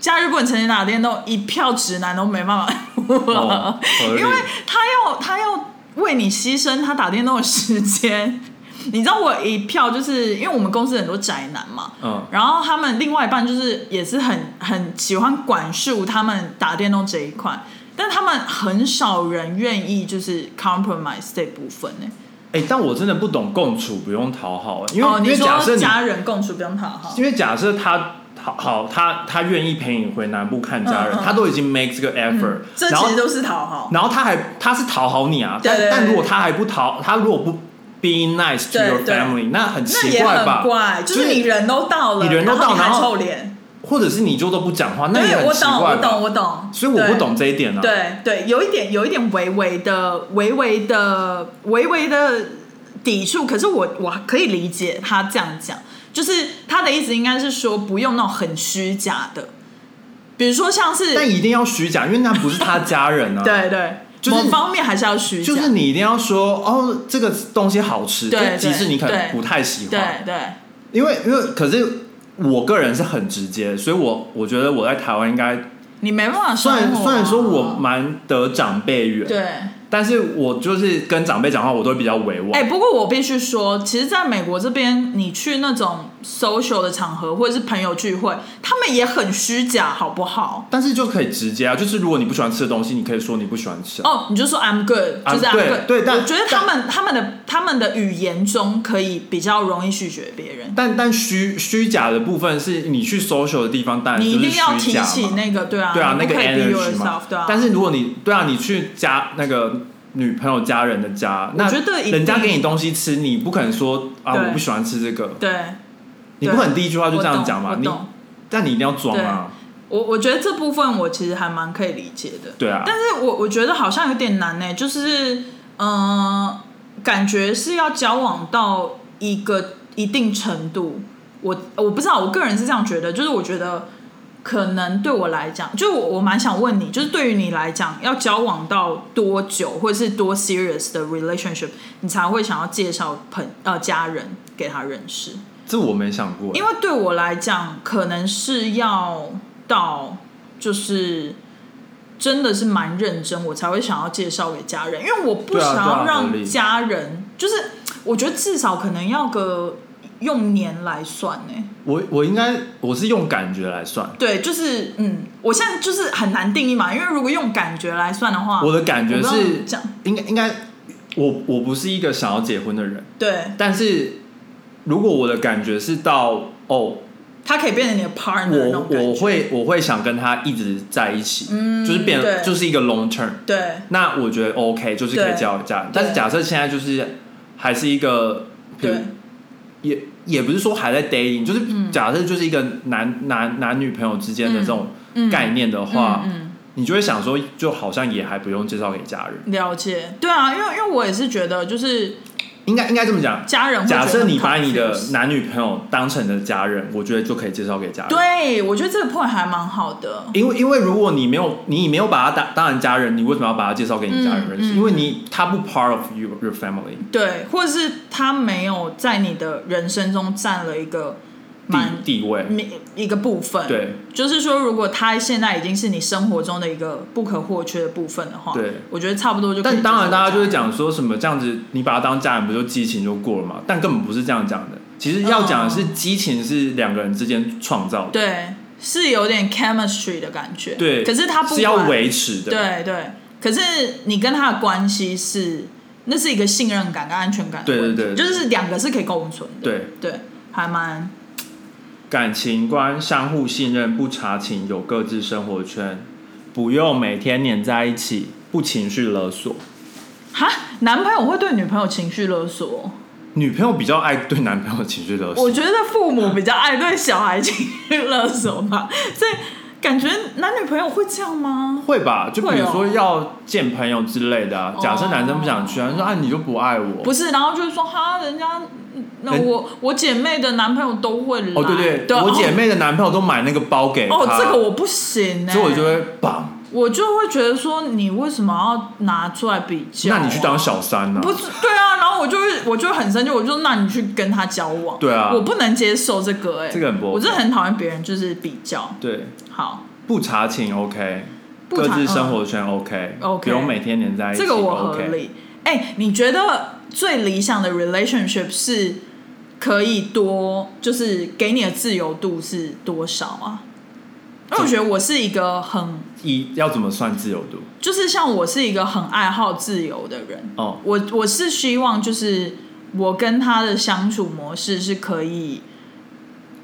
Speaker 1: 假日不能成天打电动，一票直男都没办法，
Speaker 2: 哦合理
Speaker 1: 因为他要他要为你牺牲他打电动的时间。 你知道我一票就是因为我们公司很多宅男嘛，
Speaker 2: 嗯，
Speaker 1: 然后他们另外一半就是也是很很喜欢管束他们打电动这一块，但他们很少人愿意就是 compromise 这部分欸呢、
Speaker 2: 哎、但我真的不懂共处不用讨好，欸因为、
Speaker 1: 哦，
Speaker 2: 因
Speaker 1: 你
Speaker 2: 为假设
Speaker 1: 说
Speaker 2: 你，
Speaker 1: 家人共处不用讨好
Speaker 2: 因，为假设他好好他他愿意陪你回南部看家人，
Speaker 1: 嗯嗯嗯
Speaker 2: 他都已经 make 这个 effort，、
Speaker 1: 这
Speaker 2: 然
Speaker 1: 其
Speaker 2: 后
Speaker 1: 实都是讨好。
Speaker 2: 然后他还他是讨好你啊，
Speaker 1: 对对
Speaker 2: 但但
Speaker 1: 对
Speaker 2: 如果他还不讨，他如果不 being nice to
Speaker 1: 对
Speaker 2: your
Speaker 1: 对
Speaker 2: family，那很
Speaker 1: 那
Speaker 2: 奇
Speaker 1: 也
Speaker 2: 怪
Speaker 1: 很
Speaker 2: 吧？
Speaker 1: 怪，就是你人都到了，
Speaker 2: 你人都到
Speaker 1: 然后你还
Speaker 2: 然后
Speaker 1: 臭脸，
Speaker 2: 或者是你就都不讲话，那也
Speaker 1: 对，
Speaker 2: 很
Speaker 1: 我
Speaker 2: 奇
Speaker 1: 懂，我
Speaker 2: 怪
Speaker 1: 懂，
Speaker 2: 吧？
Speaker 1: 我懂。
Speaker 2: 所以我不
Speaker 1: 对
Speaker 2: 懂这一点啊。
Speaker 1: 对对，有一点有一点微微的、微微的、微微的抵触，可是我我可以理解他这样讲，就是他的意思应该是说不用那种很虚假的，比如说像是
Speaker 2: 但一定要虚假，因为那不是他家人啊。
Speaker 1: 对对，
Speaker 2: 就是
Speaker 1: 某方面还是要虚假，
Speaker 2: 就是你一定要说哦，这个东西好吃，就
Speaker 1: 对
Speaker 2: 即使你可能
Speaker 1: 对
Speaker 2: 不太喜
Speaker 1: 对
Speaker 2: 欢，
Speaker 1: 对
Speaker 2: 因为因为可是我个人是很直接，所以我我觉得我在台湾应该
Speaker 1: 你没办法
Speaker 2: 虽
Speaker 1: 生活啊、
Speaker 2: 然虽然说我蛮得长辈缘，
Speaker 1: 对
Speaker 2: 但是我就是跟长辈讲话，我都会比较委婉。
Speaker 1: 哎、不过我必须说，其实在美国这边，你去那种 social 的场合或者是朋友聚会，他们也很虚假，好不好？
Speaker 2: 但是就可以直接啊，就是如果你不喜欢吃的东西，你可以说你不喜欢吃啊。
Speaker 1: 哦，你就说 I'm good，
Speaker 2: 啊
Speaker 1: 就是 I'm
Speaker 2: 对
Speaker 1: good。
Speaker 2: 对但
Speaker 1: 我觉得他们他们的他们的语言中可以比较容易拒绝别人。
Speaker 2: 但但虚虚假的部分是你去 social 的地方，当然
Speaker 1: 你一
Speaker 2: 就是
Speaker 1: 定要
Speaker 2: 虚
Speaker 1: 提
Speaker 2: 假
Speaker 1: 起
Speaker 2: 嘛。
Speaker 1: 那个，对啊，
Speaker 2: 对啊，
Speaker 1: 你
Speaker 2: 那个
Speaker 1: 不可以 be
Speaker 2: energy
Speaker 1: yourself，
Speaker 2: 嘛。
Speaker 1: 对啊。
Speaker 2: 但是如果你对啊，你去家那个女朋友家人的家，那
Speaker 1: 觉得一定
Speaker 2: 人家给你东西吃，你不可能说啊
Speaker 1: 对
Speaker 2: 我不喜欢吃这个，
Speaker 1: 对，
Speaker 2: 你不可能第一句话就
Speaker 1: 我
Speaker 2: 这样
Speaker 1: 懂，
Speaker 2: 讲嘛。
Speaker 1: 我
Speaker 2: 你
Speaker 1: 懂，
Speaker 2: 但你一定要装啊，
Speaker 1: 我我觉得这部分我其实还蛮可以理解的。
Speaker 2: 对啊，
Speaker 1: 但是我我觉得好像有点难呢、欸就是嗯、呃感觉是要交往到一个一定程度，我我不知道，我个人是这样觉得，就是我觉得可能对我来讲，就是我我蛮想问你，就是对于你来讲，要交往到多久，或者是多 serious 的 relationship，你才会想要介绍朋呃家人给他认识？
Speaker 2: 这我没想过。欸
Speaker 1: 因为对我来讲，可能是要到就是真的是蛮认真，我才会想要介绍给家人，因为我不
Speaker 2: 对啊
Speaker 1: 想要
Speaker 2: 对啊合
Speaker 1: 让
Speaker 2: 理
Speaker 1: 家人，就是我觉得至少可能要个用年来算呢、
Speaker 2: 我我应该我是用感觉来算，
Speaker 1: 对，就是嗯，我现在就是很难定义嘛，因为如果用感觉来算的话，
Speaker 2: 我的感觉
Speaker 1: 我不知道
Speaker 2: 是
Speaker 1: 这样，
Speaker 2: 应该应该我我不是一个想要结婚的人，
Speaker 1: 对，
Speaker 2: 但是如果我的感觉是到哦，
Speaker 1: 他可以变成你的 partner 那
Speaker 2: 我
Speaker 1: 种感
Speaker 2: 我
Speaker 1: 觉，
Speaker 2: 会我会想跟他一直在一起，
Speaker 1: 嗯
Speaker 2: 就是变
Speaker 1: 对
Speaker 2: 就是一个 long term，
Speaker 1: 对
Speaker 2: 那我觉得 OK，就是可以
Speaker 1: 对
Speaker 2: 交往家人。但是
Speaker 1: 对
Speaker 2: 假设现在就是还是一个，比如
Speaker 1: 对嗯
Speaker 2: 也也不是说还在 dating，就是假设就是一个男男男女朋友之间的这种
Speaker 1: 嗯
Speaker 2: 概念的话，
Speaker 1: 嗯
Speaker 2: 你就会想说，就好像也还不用介绍给家人，
Speaker 1: 嗯，了解，对啊，因为因为我也是觉得就是。
Speaker 2: 应该应该这么讲。
Speaker 1: 家人会觉得
Speaker 2: 假
Speaker 1: 很
Speaker 2: 设你把你的
Speaker 1: confused
Speaker 2: 男女朋友当成你的家人，我觉得就可以介绍给家人。
Speaker 1: 对，我觉得这个 point 还蛮好的。
Speaker 2: 因为因为如果你没有你没有把他当当成家人，你为什么要把他介绍给你家人认识？
Speaker 1: 嗯嗯
Speaker 2: 因为你他不 part of your your family，
Speaker 1: 对，或者是他没有在你的人生中占了一个蛮嗯
Speaker 2: 地地位，
Speaker 1: 一一个部分。，
Speaker 2: 对
Speaker 1: 就是说，如果他现在已经是你生活中的一个不可或缺的部分的话，
Speaker 2: 对。
Speaker 1: 我觉得差不多就可以
Speaker 2: 但当然，
Speaker 1: 接受
Speaker 2: 大家就
Speaker 1: 这
Speaker 2: 会
Speaker 1: 样
Speaker 2: 讲说什么这样子，你把他当家人，不就激情就过了嘛？但根本不是这样讲的。其实要讲的
Speaker 1: 哦
Speaker 2: 是，激情是两个人之间创造的，
Speaker 1: 对，是有点 chemistry 的感觉。
Speaker 2: 对，
Speaker 1: 可是他不
Speaker 2: 是要
Speaker 1: 管
Speaker 2: 维持的，
Speaker 1: 对对，可是你跟他的关系是，那是一个信任感跟安全感的
Speaker 2: 对对
Speaker 1: 问题
Speaker 2: 对对
Speaker 1: 就是两个是可以共存的。
Speaker 2: 对
Speaker 1: 对，还蛮
Speaker 2: 感情观相互信任，不查寝，有各自生活圈，不用每天黏在一起，不情绪勒索。
Speaker 1: 哈，男朋友会对女朋友情绪勒索，
Speaker 2: 女朋友比较爱对男朋友情绪勒索，
Speaker 1: 我觉得父母比较爱对小孩情绪勒索吧， 所以感觉男女朋友会这样吗？
Speaker 2: 会吧？就比如说
Speaker 1: 会哦哦
Speaker 2: 要见朋友之类的、啊，假设男生不想去啊，他说啊你就不爱我，
Speaker 1: 不是，然后就是说哈，人家那
Speaker 2: 人
Speaker 1: 我我姐妹的男朋友都会来，
Speaker 2: 哎哦对对，
Speaker 1: 对啊
Speaker 2: 我姐妹的男朋友都买那个包给她，
Speaker 1: 哦，哦这个我不行呢、
Speaker 2: 所以我就会绑，
Speaker 1: 我就会觉得说你为什么要拿出来比较、
Speaker 2: 那你去当。小三呢、
Speaker 1: 不是对啊，然后我就会我就会很生气，我就说那你去跟他交往，
Speaker 2: 对啊
Speaker 1: 我不能接受这个哎、
Speaker 2: 这个很不 OK
Speaker 1: 我真的很讨厌别人就是比较，
Speaker 2: 对，
Speaker 1: 好，
Speaker 2: 不查寝 OK，
Speaker 1: 不查嗯
Speaker 2: 各自生活圈 OK，
Speaker 1: OK
Speaker 2: 不用每天黏在一起，
Speaker 1: 这个我合
Speaker 2: OK。
Speaker 1: 理。哎、你觉得最理想的 relationship 是可以多，就是给你的自由度是多少啊？因为我觉得我是一个很，
Speaker 2: 一要怎么算自由度？
Speaker 1: 就是像我是一个很爱好自由的人，
Speaker 2: 哦，
Speaker 1: 我我是希望就是我跟他的相处模式是可以，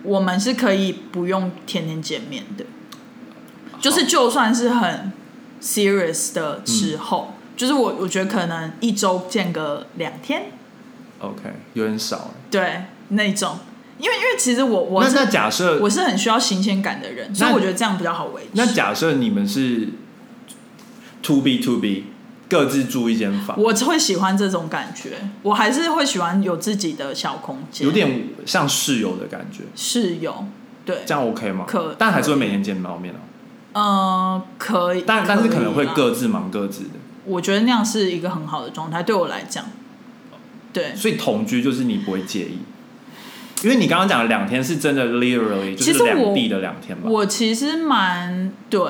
Speaker 1: 我们是可以不用天天见面的，就是就算是很 serious
Speaker 2: 嗯
Speaker 1: 的时候，就是我我觉得可能一周见个两天，
Speaker 2: OK，有点少。
Speaker 1: 对那种，因为因为其实我我
Speaker 2: 那
Speaker 1: 是
Speaker 2: 那假设
Speaker 1: 我，是很需要新鲜感的人，所以
Speaker 2: 那
Speaker 1: 我觉得这样比较好维持。
Speaker 2: 那假设你们是 to B to B，各自住一间房，
Speaker 1: 我会喜欢这种感觉，我还是会喜欢有自己的小空间，
Speaker 2: 有点像室友的感觉，
Speaker 1: 室友，对，
Speaker 2: 这样 OK 吗？
Speaker 1: 可
Speaker 2: 但还是会每天见到面哦。
Speaker 1: 嗯，可以，
Speaker 2: 但但是
Speaker 1: 以啊
Speaker 2: 可能会
Speaker 1: 啦
Speaker 2: 各自忙各自的，
Speaker 1: 我觉得那样是一个很好的状态，对我来讲， 对。
Speaker 2: 所以同居就是你不会介意，因为你刚刚讲的两天是真的 literally 就
Speaker 1: 其
Speaker 2: 是
Speaker 1: 实我
Speaker 2: 两地的两天吧。
Speaker 1: 我其实蛮对，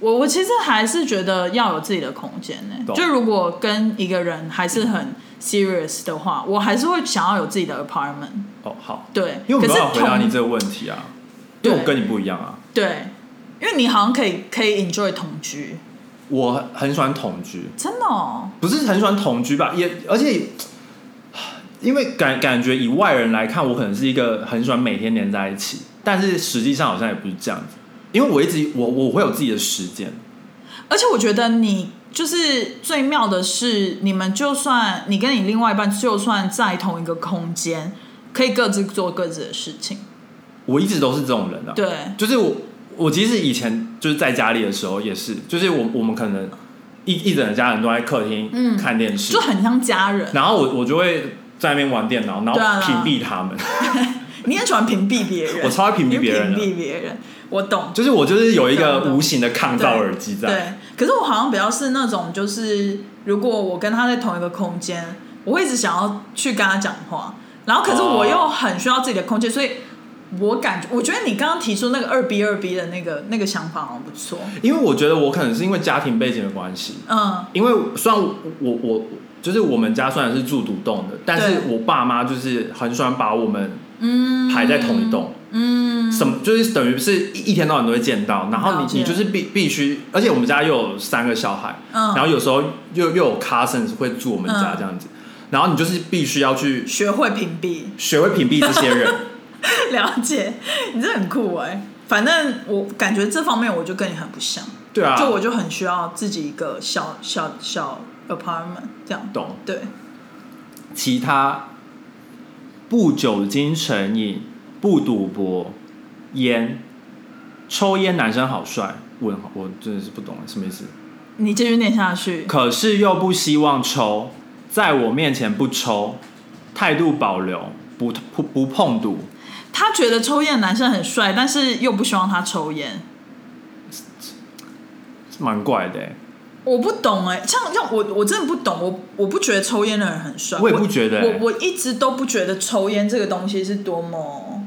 Speaker 1: 我我其实还是觉得要有自己的空间呢、
Speaker 3: 懂
Speaker 1: 就如果跟一个人还是很 serious 的话，我还是会想要有自己的 apartment。
Speaker 3: 哦，好，
Speaker 1: 对，
Speaker 2: 因为我没
Speaker 1: 可
Speaker 2: 有
Speaker 1: 是
Speaker 2: 办法回答
Speaker 1: 同
Speaker 2: 你这个问题啊，因
Speaker 1: 对
Speaker 2: 为我跟你不一样啊，
Speaker 1: 对，因为你好像可以可以 enjoy 同居，
Speaker 2: 我很喜欢同居，
Speaker 1: 真的、哦。
Speaker 2: 不是很喜欢同居吧，也而且。因为感感觉以外人来看，我可能是一个很喜欢每天黏在一起，但是实际上好像也不是这样子。因为我一直我我会有自己的时间，
Speaker 1: 而且我觉得你就是最妙的是，你们就算你跟你另外一半就算在同一个空间，可以各自做各自的事情。
Speaker 2: 我一直都是这种人啊。
Speaker 1: 对，
Speaker 2: 就是我，我其实以前就是在家里的时候也是，就是我我们可能一一整家人都在客厅
Speaker 1: 嗯
Speaker 2: 看电视，
Speaker 1: 就很像家人。
Speaker 2: 然后我我就会在那边玩电脑，然
Speaker 1: 对啊
Speaker 2: 后屏蔽他们。
Speaker 1: 你很喜欢屏蔽别人，
Speaker 2: 我超爱屏蔽别人的啊
Speaker 1: 你屏蔽别人，我懂。
Speaker 2: 就是我就是有一
Speaker 1: 对啊
Speaker 2: 个
Speaker 1: 对啊
Speaker 2: 无形的抗
Speaker 1: 对
Speaker 2: 噪耳机在，
Speaker 1: 对，可是我好像比较是那种，就是如果我跟他在同一个空间，我会一直想要去跟他讲话，然后可是
Speaker 2: 哦
Speaker 1: 我又很需要自己的空间，所以我感觉，我觉得你刚刚提出那个二 B 二 B 的那个那个想法好像不错。
Speaker 2: 因为我觉得我可能是因为家庭背景的关系，
Speaker 1: 嗯，
Speaker 2: 因为虽然我我我就是我们家虽然是住独栋的，但是
Speaker 1: 对
Speaker 2: 我爸妈就是很喜欢把我们
Speaker 1: 嗯，
Speaker 2: 排在同一栋。
Speaker 1: 嗯，
Speaker 2: 什么就是等于是一一天到晚都会见到，然后
Speaker 1: 了
Speaker 2: 你
Speaker 1: 解
Speaker 2: 你就是必必须，而且我们家又有三个小孩，
Speaker 1: 嗯
Speaker 2: 然后有时候又又有 cousins 会住我们家
Speaker 1: 嗯
Speaker 2: 这样子，然后你就是必须要去
Speaker 1: 学会屏蔽，
Speaker 2: 学会屏蔽这些 人，
Speaker 1: 了解，你这很酷哎、反正我感觉这方面我就跟你很不像，
Speaker 2: 对啊，
Speaker 1: 就我就很需要自己一个小小小 apartment 这样。
Speaker 2: 懂。
Speaker 1: 对，
Speaker 2: 其他不酒精成瘾、不赌博、烟、抽烟，男生好帅，问号我真的是不懂什么意思，
Speaker 1: 你继续念下去。
Speaker 2: 可是又不希望抽，在我面前不抽，态度保留，不不不碰赌。
Speaker 1: 他觉得抽烟的男生很帅，但是又不希望他抽烟。
Speaker 2: 蛮怪的、欸，
Speaker 1: 我不懂哎、像像我我真的不懂，我我不觉得抽烟的人很帅，
Speaker 2: 我也不觉得欸
Speaker 1: 我我一直都不觉得抽烟这个东西是多么，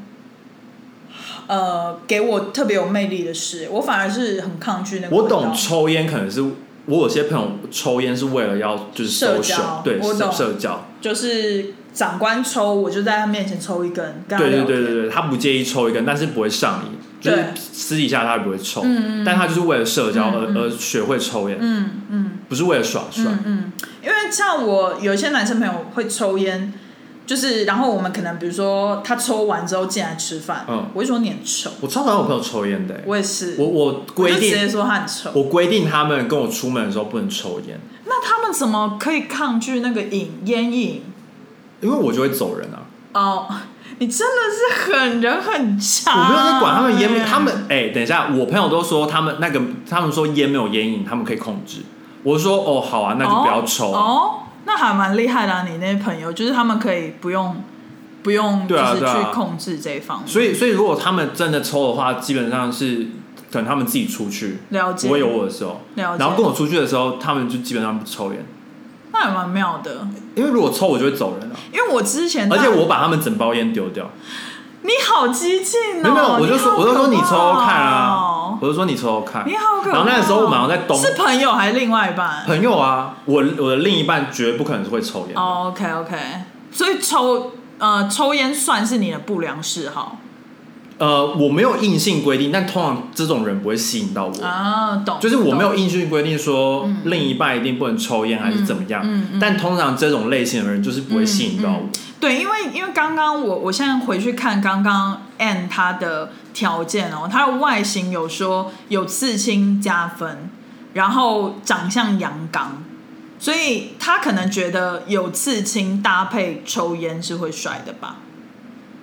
Speaker 1: 呃，给我特别有魅力的事，我反而是很抗拒那个味道。
Speaker 2: 我懂抽烟可能是我有些朋友抽烟是为了要就是
Speaker 1: 社
Speaker 2: social，
Speaker 1: 交
Speaker 2: 对
Speaker 1: 我
Speaker 2: 社
Speaker 1: 懂
Speaker 2: 社交，
Speaker 1: 就是长官抽，我就在他面前抽一根，跟他
Speaker 2: 对对
Speaker 1: 聊
Speaker 2: 对对
Speaker 1: 天
Speaker 2: 对，他不介意抽一根，但是不会上瘾，就是
Speaker 1: 对
Speaker 2: 私底下他也不会抽，
Speaker 1: 嗯嗯嗯
Speaker 2: 但他就是为了社交而、
Speaker 1: 嗯嗯
Speaker 2: 而学会抽烟，
Speaker 1: 嗯嗯
Speaker 2: 不是为了耍帅。
Speaker 1: 嗯嗯，因为像我有一些男生朋友会抽烟，就是然后我们可能比如说他抽完之后进来吃饭，
Speaker 2: 嗯
Speaker 1: 我就说你很丑，
Speaker 2: 我超讨厌我朋友抽烟的、欸，
Speaker 1: 我也是，
Speaker 2: 我我
Speaker 1: 我就
Speaker 2: 规
Speaker 1: 直接
Speaker 2: 定
Speaker 1: 说他很丑。
Speaker 2: 我规定他们跟我出门的时候不能抽烟，
Speaker 1: 那他们怎么可以抗拒那个瘾烟瘾？
Speaker 2: 因为我就会走人啊，
Speaker 1: 哦， 你真的是很人很差、
Speaker 2: 我没有在管他们烟没，
Speaker 1: 哎
Speaker 2: 他们哎、等一下，我朋友都说他们那个，他们说烟没有烟瘾，他们可以控制。我说哦，好啊，那就不要抽、
Speaker 1: 哦。哦那还蛮厉害的、啊，你那些朋友就是他们可以不用不用，就
Speaker 2: 对啊
Speaker 1: 是
Speaker 2: 对啊
Speaker 1: 去控制这一方面。
Speaker 2: 所以，所以如果他们真的抽的话，基本上是可能他们自己出去，
Speaker 1: 了解
Speaker 2: 不会有我的时候。
Speaker 1: 了解
Speaker 2: 然后跟我出去的时候，他们就基本上不抽烟，
Speaker 1: 那还蛮妙的，
Speaker 2: 因为如果抽我就会走人了、啊
Speaker 1: 因为我之前
Speaker 2: 而且
Speaker 1: 在
Speaker 2: 我把他们整包烟丢掉，
Speaker 1: 你好激进哦！
Speaker 2: 没有没有，我就
Speaker 1: 你好
Speaker 2: 说我就说你抽抽看
Speaker 1: 可怕
Speaker 2: 啊
Speaker 1: 哦，
Speaker 2: 我就说你抽抽看。
Speaker 1: 你好可怕哦。
Speaker 2: 然
Speaker 1: 哦
Speaker 2: 后那个时候我们好像在东
Speaker 1: 是朋友还是另外一半？
Speaker 2: 朋友啊，我我的另一半绝不可能是会抽烟的。
Speaker 1: 哦、o k OK，所以抽呃抽烟算是你的不良嗜好
Speaker 2: 呃，我没有硬性规定，但通常这种人不会吸引到我。
Speaker 1: 啊，懂？
Speaker 2: 就是我没有
Speaker 1: 懂
Speaker 2: 硬性规定说另一半一定不能抽烟还是怎么样，
Speaker 1: 嗯嗯嗯
Speaker 2: 但通常这种类型的人就是不会吸引到我。
Speaker 1: 对，因为因为刚刚我我现在回去看刚刚 Anne 她的条件哦，她的外形有说有刺青加分，然后长相阳刚，所以她可能觉得有刺青搭配抽烟是会帅的吧？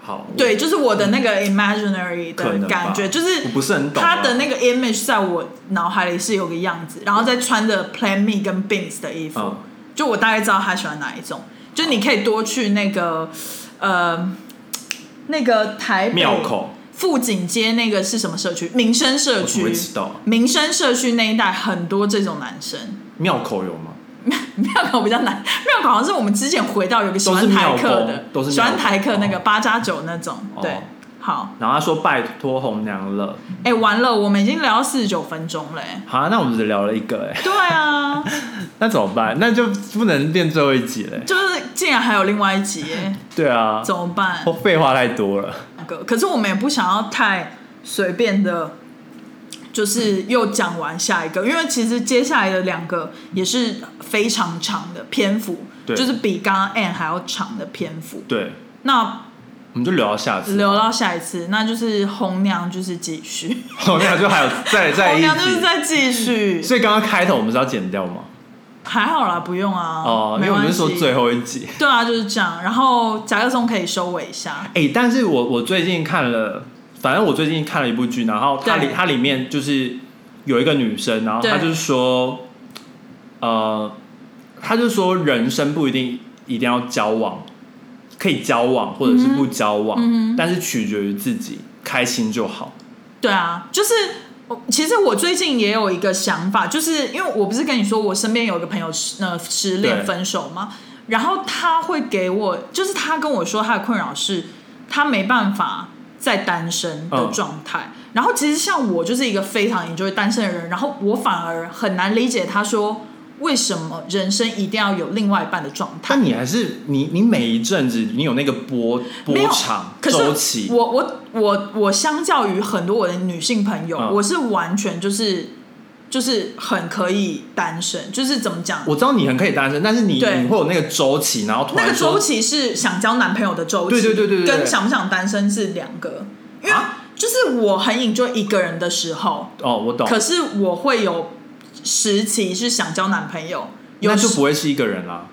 Speaker 2: 好，我
Speaker 1: 嗯对，，就是我的那个 imaginary
Speaker 2: 可能吧
Speaker 1: 的感觉，就是
Speaker 2: 我不是很懂啊
Speaker 1: 他的那个 image 在我脑海里是有个样子，然后再穿着 Plan Me 跟 Bins 的衣服，
Speaker 2: 嗯，
Speaker 1: 就我大概知道他喜欢哪一种。就你可以多去那个呃那个台北
Speaker 2: 庙口
Speaker 1: 富锦街那个是什么社区？民生社
Speaker 2: 我怎
Speaker 1: 区
Speaker 2: 么会，知道啊？
Speaker 1: 民生社区那一带很多这种男生。
Speaker 2: 庙口有吗？
Speaker 1: 妙考比较难，妙考好像是我们之前回到有个喜欢台客的，
Speaker 2: 都是庙工都是庙工
Speaker 1: 喜欢台客那个八加九那种，
Speaker 2: 哦
Speaker 1: 对，好，
Speaker 2: 然后他说拜托红娘了，
Speaker 1: 哎、完了，我们已经聊到四十九分钟了、哎
Speaker 2: 好、啊那我们只聊了一个哎、
Speaker 1: 对啊，
Speaker 2: 那怎么办？那就不能变最后一集嘞、
Speaker 1: 就是竟然还有另外一集、 哎
Speaker 2: 对啊，
Speaker 1: 怎么办
Speaker 2: 我？废话太多了。
Speaker 1: 可是我们也不想要太随便的，就是又讲完下一个，因为其实接下来的两个也是非常长的篇幅，
Speaker 2: 对
Speaker 1: 就是比刚刚 N 还要长的篇幅。
Speaker 2: 对，
Speaker 1: 那
Speaker 2: 我们就聊到下次。
Speaker 1: 留到下一次，那就是红娘就是继续，
Speaker 2: 红娘就还有再 再
Speaker 1: 红
Speaker 2: 一
Speaker 1: 娘就是
Speaker 2: 集。
Speaker 1: 在继续，
Speaker 2: 所以刚刚开头我们是要剪掉吗？
Speaker 1: 还好啦，不用啊，
Speaker 2: 哦，因
Speaker 1: 没
Speaker 2: 为我
Speaker 1: 关
Speaker 2: 们
Speaker 1: 系。
Speaker 2: 是说最后一集。
Speaker 1: 对啊，就是这样。然后甲壳虫可以收尾一下，
Speaker 2: 哎、但是我我最近看了，反正我最近看了一部剧，然后它
Speaker 1: 对
Speaker 2: 里它里面就是有一个女生，然后她
Speaker 1: 对
Speaker 2: 就是说，呃，她就说人生不一定一定要交往，可以交往或者是不交往，
Speaker 1: 嗯哼
Speaker 2: 但是取决于自己，开心就好。
Speaker 1: 对啊，就是我其实我最近也有一个想法，就是因为我不是跟你说我身边有一个朋友失呃失恋
Speaker 2: 对
Speaker 1: 分手吗？然后他会给我，就是他跟我说他的困扰是，他没办法在单身的
Speaker 2: 嗯
Speaker 1: 状态。然后其实像我就是一个非常 enjoy 单身的人，然后我反而很难理解他说为什么人生一定要有另外一半的状态。
Speaker 2: 但你还是你你每一阵子你有那个波波
Speaker 1: 没有
Speaker 2: 长
Speaker 1: 可
Speaker 2: 周
Speaker 1: 是
Speaker 2: 期，
Speaker 1: 我我我我相较于很多我的女性朋友，
Speaker 2: 嗯
Speaker 1: 我是完全就是就是很可以单身，就是怎么讲？
Speaker 2: 我知道你很可以单身，但是你
Speaker 1: 对
Speaker 2: 你会有那个周期，然后突
Speaker 1: 那
Speaker 2: 然
Speaker 1: 个
Speaker 2: 说
Speaker 1: 周期是想交男朋友的周期，
Speaker 2: 对对对对对对
Speaker 1: 跟想不想单身是两个，因为
Speaker 2: 啊
Speaker 1: 就是我很 enjoy 一个人的时候，
Speaker 2: 哦，我懂，
Speaker 1: 可是我会有时期是想交男朋友，有
Speaker 2: 那就
Speaker 1: 时
Speaker 2: 不会是一个人啦。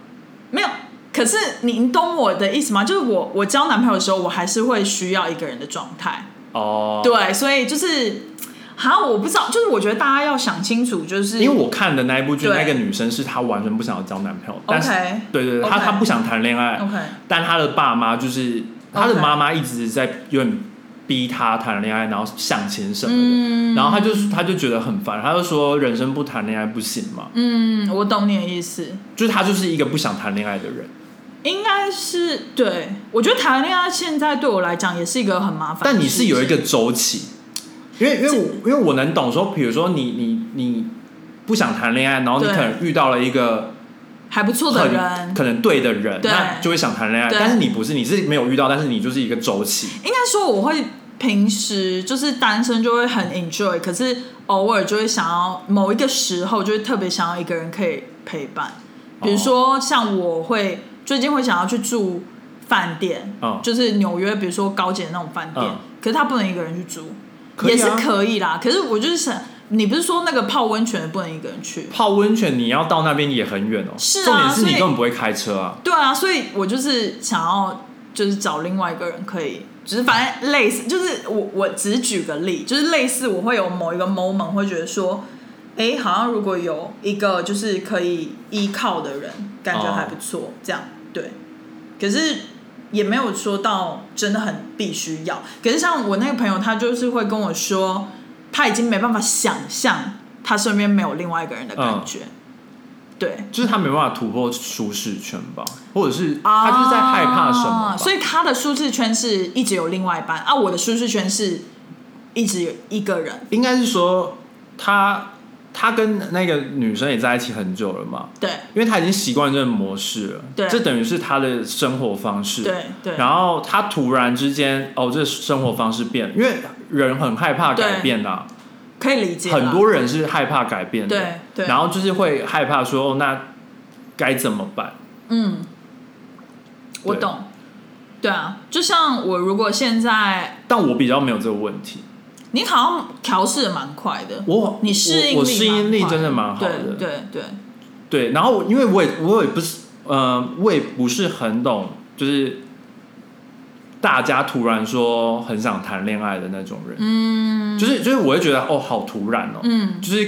Speaker 1: 没有。可是你你懂我的意思吗？就是我我交男朋友的时候，我还是会需要一个人的状态。
Speaker 2: 哦，
Speaker 1: 对，所以就是，好，我不知道，就是我觉得大家要想清楚，就是
Speaker 2: 因为我看的那一部剧，
Speaker 1: 对
Speaker 2: 那个女生是她完全不想要交男朋友，但是
Speaker 1: OK
Speaker 2: 对对对，她
Speaker 1: OK
Speaker 2: 她不想谈恋爱
Speaker 1: OK，
Speaker 2: 但她的爸妈就是她的
Speaker 1: OK
Speaker 2: 妈妈一直在有点逼她谈恋爱，然后相亲什么的，
Speaker 1: 嗯，
Speaker 2: 然后她就她就觉得很烦，她就说人生不谈恋爱不行嘛，
Speaker 1: 嗯，我懂你的意思，
Speaker 2: 就是她就是一个不想谈恋爱的人。
Speaker 1: 应该是对，我觉得谈恋爱现在对我来讲也是一个很麻烦的事情，
Speaker 2: 但你是有一个周期，因为因为我因为我能懂说，比如说你你你不想谈恋爱，然后你
Speaker 1: 对
Speaker 2: 可能遇到了一个。
Speaker 1: 还不错的人
Speaker 2: 很，可能对的人，
Speaker 1: 对
Speaker 2: 那就会想谈恋爱。
Speaker 1: 对
Speaker 2: 但是你不是，你是没有遇到，但是你就是一个周期。
Speaker 1: 应该说我会平时就是单身就会很 enjoy，可是偶尔就会想要某一个时候就会特别想要一个人可以陪伴，
Speaker 2: 哦
Speaker 1: 比如说像我会最近会想要去住饭店，
Speaker 2: 嗯
Speaker 1: 就是纽约，比如说高级的那种饭店，
Speaker 2: 嗯
Speaker 1: 可是他不能一个人去住，
Speaker 2: 可以
Speaker 1: 也
Speaker 2: 啊
Speaker 1: 是可以啦。可是我就是想，你不是说那个泡温泉的不能一个人去？
Speaker 2: 泡温泉你要到那边也很远哦，
Speaker 1: 是啊
Speaker 2: 重点是
Speaker 1: 所
Speaker 2: 你
Speaker 1: 以
Speaker 2: 根本不会开车啊。
Speaker 1: 对啊，所以我就是想要就是找另外一个人可以，就是反正类似，就是我我只举个例，就是类似我会有某一个 moment 会觉得说，哎，好像如果有一个就是可以依靠的人，感觉
Speaker 2: 哦
Speaker 1: 还不错，这样对。可是也没有说到真的很必须要。可是像我那个朋友，他就是会跟我说，他已经没办法想象他身边没有另外一个人的感
Speaker 2: 嗯
Speaker 1: 觉，对。
Speaker 2: 就是他没办法突破舒适圈吧，或者是他就是在害怕什么吧、
Speaker 1: 啊所以他的舒适圈是一直有另外一半啊，我的舒适圈是一直有一个人。
Speaker 2: 应该是说他他跟那个女生也在一起很久了嘛，
Speaker 1: 对
Speaker 2: 因为他已经习惯这个模式了，
Speaker 1: 对
Speaker 2: 这等于是他的生活方式。
Speaker 1: 对对
Speaker 2: 然后他突然之间哦，这生活方式变了，因为人很害怕改
Speaker 1: 对
Speaker 2: 变的、啊。
Speaker 1: 可以理解啦。
Speaker 2: 很多人是害怕改变的，
Speaker 1: 对对
Speaker 2: 然后就是会害怕说，哦、那该怎么办？
Speaker 1: 嗯，我
Speaker 2: 对
Speaker 1: 懂。对啊，就像我如果现在
Speaker 2: 但我比较没有这个问题，
Speaker 1: 你好像调试的蛮快的，
Speaker 2: 我
Speaker 1: 你适应力
Speaker 2: 我我适应力
Speaker 1: 快
Speaker 2: 真的蛮好的，
Speaker 1: 对对对，
Speaker 2: 对然后因为我也我也不是，呃，我也不是很懂，就是大家突然说很想谈恋爱的那种人，
Speaker 1: 嗯
Speaker 2: 就是就是我会觉得哦，好突然哦，
Speaker 1: 嗯
Speaker 2: 就是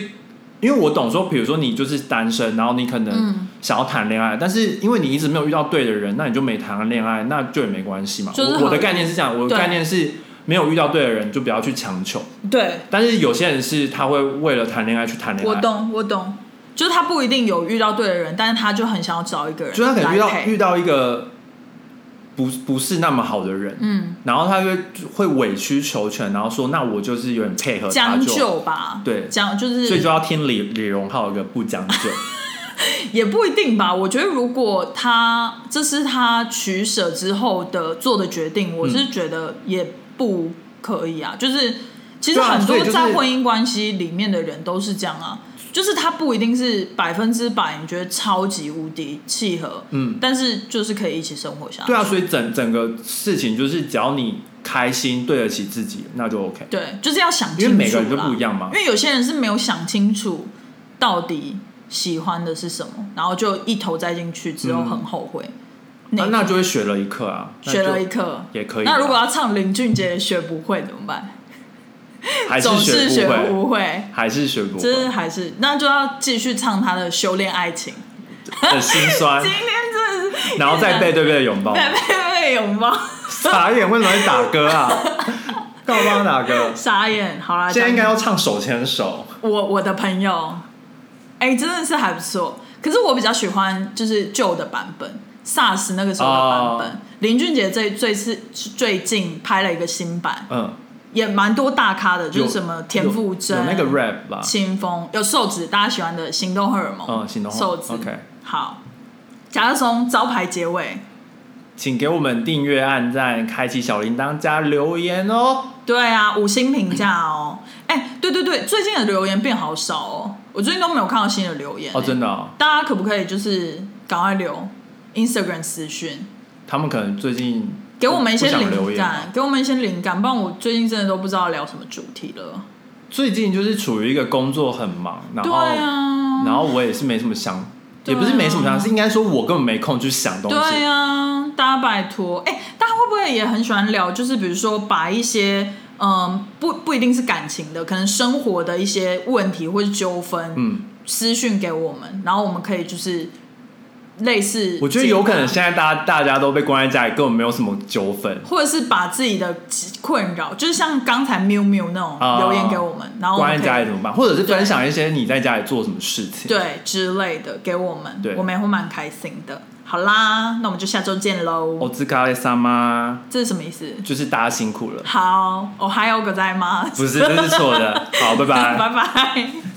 Speaker 2: 因为我懂说，比如说你就是单身，然后你可能
Speaker 1: 嗯，
Speaker 2: 想要谈恋爱，但是因为你一直没有遇到对的人，那你就没谈恋爱，那就也没关系嘛。
Speaker 1: 就是
Speaker 2: 我
Speaker 1: 很
Speaker 2: 我的概念是这样，我的
Speaker 1: 对
Speaker 2: 概念是没有遇到对的人就不要去强求，
Speaker 1: 对，
Speaker 2: 但是有些人是他会为了谈恋爱去谈恋爱，
Speaker 1: 我，懂我懂。就是他不一定有遇到对的人，但是他就很想要找一个人，
Speaker 2: 就是他可能遇到
Speaker 1: 来陪
Speaker 2: 遇到一个不不是那么好的人，
Speaker 1: 嗯，
Speaker 2: 然后他就会委曲求全，然后说那我就是有点配合他
Speaker 1: 将
Speaker 2: 就，
Speaker 1: 就吧，
Speaker 2: 呃对
Speaker 1: 将就是嗯
Speaker 2: 所以就要听李李荣浩一个不将就，
Speaker 1: 也不一定吧。我觉得如果他这是他取舍之后的做的决定，我
Speaker 2: 嗯
Speaker 1: 是觉得也不可以啊。就是其实
Speaker 2: 对啊
Speaker 1: 很
Speaker 2: 所以
Speaker 1: 多
Speaker 2: 就是
Speaker 1: 在婚姻关系里面的人都是这样啊，就是他不一定是百分之百你觉得超级无敌契合，
Speaker 2: 嗯，
Speaker 1: 但是就是可以一起生活下去。
Speaker 2: 对啊，所以整整个事情就是只要你开心，对得起自己，那就 OK。
Speaker 1: 对，就是要想清楚
Speaker 2: 因为每个人都
Speaker 1: 啦
Speaker 2: 不一样嘛
Speaker 1: 因为有些人是没有想清楚到底喜欢的是什么，然后就一头栽进去之后
Speaker 2: 嗯
Speaker 1: 很后悔。
Speaker 2: 那
Speaker 1: 那
Speaker 2: 那就会学了一课啊，那
Speaker 1: 学
Speaker 2: 就
Speaker 1: 了一课
Speaker 2: 也可以啊
Speaker 1: 那如果要唱林俊杰学不会怎么办？
Speaker 2: 还是
Speaker 1: 总
Speaker 2: 学
Speaker 1: 是学
Speaker 2: 不会，
Speaker 1: 不会，
Speaker 2: 还是学不
Speaker 1: 这
Speaker 2: 会
Speaker 1: 还是那就要继续唱他的《修炼爱情》。
Speaker 2: 很心酸
Speaker 1: 今，天真的 是
Speaker 2: 然后再背对背的拥抱，
Speaker 1: 被被被拥抱，
Speaker 2: 傻眼，为什么会打歌 啊？干嘛帮他打歌？
Speaker 1: 傻眼。好啦，
Speaker 2: 现在应该
Speaker 1: 讲
Speaker 2: 要唱手牵手，
Speaker 1: 我我的朋友，哎、真的是还不错。可是我比较喜欢就是旧的版本，SARS 那个时候的版本。
Speaker 2: 哦
Speaker 1: 林俊杰最最是最近拍了一个新版，
Speaker 2: 嗯，
Speaker 1: 也蛮多大咖的，就
Speaker 2: 有
Speaker 1: 是什么田馥甄，
Speaker 2: 有有那个 rap 吧，
Speaker 1: 清风有瘦子，大家喜欢的行动荷尔蒙，
Speaker 2: 嗯，行动
Speaker 1: 瘦子
Speaker 2: OK，
Speaker 1: 好。夹克松招牌结尾，
Speaker 2: 请给我们订阅、按赞、开启小铃铛、加留言哦。
Speaker 1: 对啊，五星评价哦。哎、对对对，最近的留言变好少哦，我最近都没有看到新的留言、欸
Speaker 2: 哦，真
Speaker 1: 的。
Speaker 2: 的哦，
Speaker 1: 大家可不可以就是赶快留 Instagram 私讯，
Speaker 2: 他们可能最近
Speaker 1: 给我们一些
Speaker 2: 不想留
Speaker 1: 灵
Speaker 2: 言吧
Speaker 1: 感，给我们一些灵感，不然我最近真的都不知道聊什么主题了。
Speaker 2: 最近就是处于一个工作很忙，然
Speaker 1: 对
Speaker 2: 后、
Speaker 1: 啊，
Speaker 2: 然后我也是没什么想，
Speaker 1: 对
Speaker 2: 也
Speaker 1: 啊
Speaker 2: 不是没什么想，是应该说我根本没空去想东西。
Speaker 1: 对啊，大家拜托，哎、大家会不会也很喜欢聊？就是比如说，把一些嗯，不不一定是感情的，可能生活的一些问题或是纠纷，
Speaker 2: 嗯，
Speaker 1: 私讯给我们，然后我们可以就是类似，
Speaker 2: 我觉得有可能现在大家大家都被关在家里，根本没有什么纠纷，
Speaker 1: 或者是把自己的困扰，就是像刚才喵喵那种留言给我们，然后我
Speaker 2: 啊关在
Speaker 1: 们可以
Speaker 2: 家里怎么办？或者是分享一些你在家里做什么事情。，
Speaker 1: 对之类的给我们，
Speaker 2: 对
Speaker 1: 我们也会蛮开心的。好啦，那我们就下周见喽。
Speaker 2: 我哦自卡列萨吗？
Speaker 1: 这是什么意思？
Speaker 2: 就是大家 辛苦了，
Speaker 1: 好，我还有个在吗？
Speaker 2: 不是，这是错的。好，拜拜。
Speaker 1: 拜拜。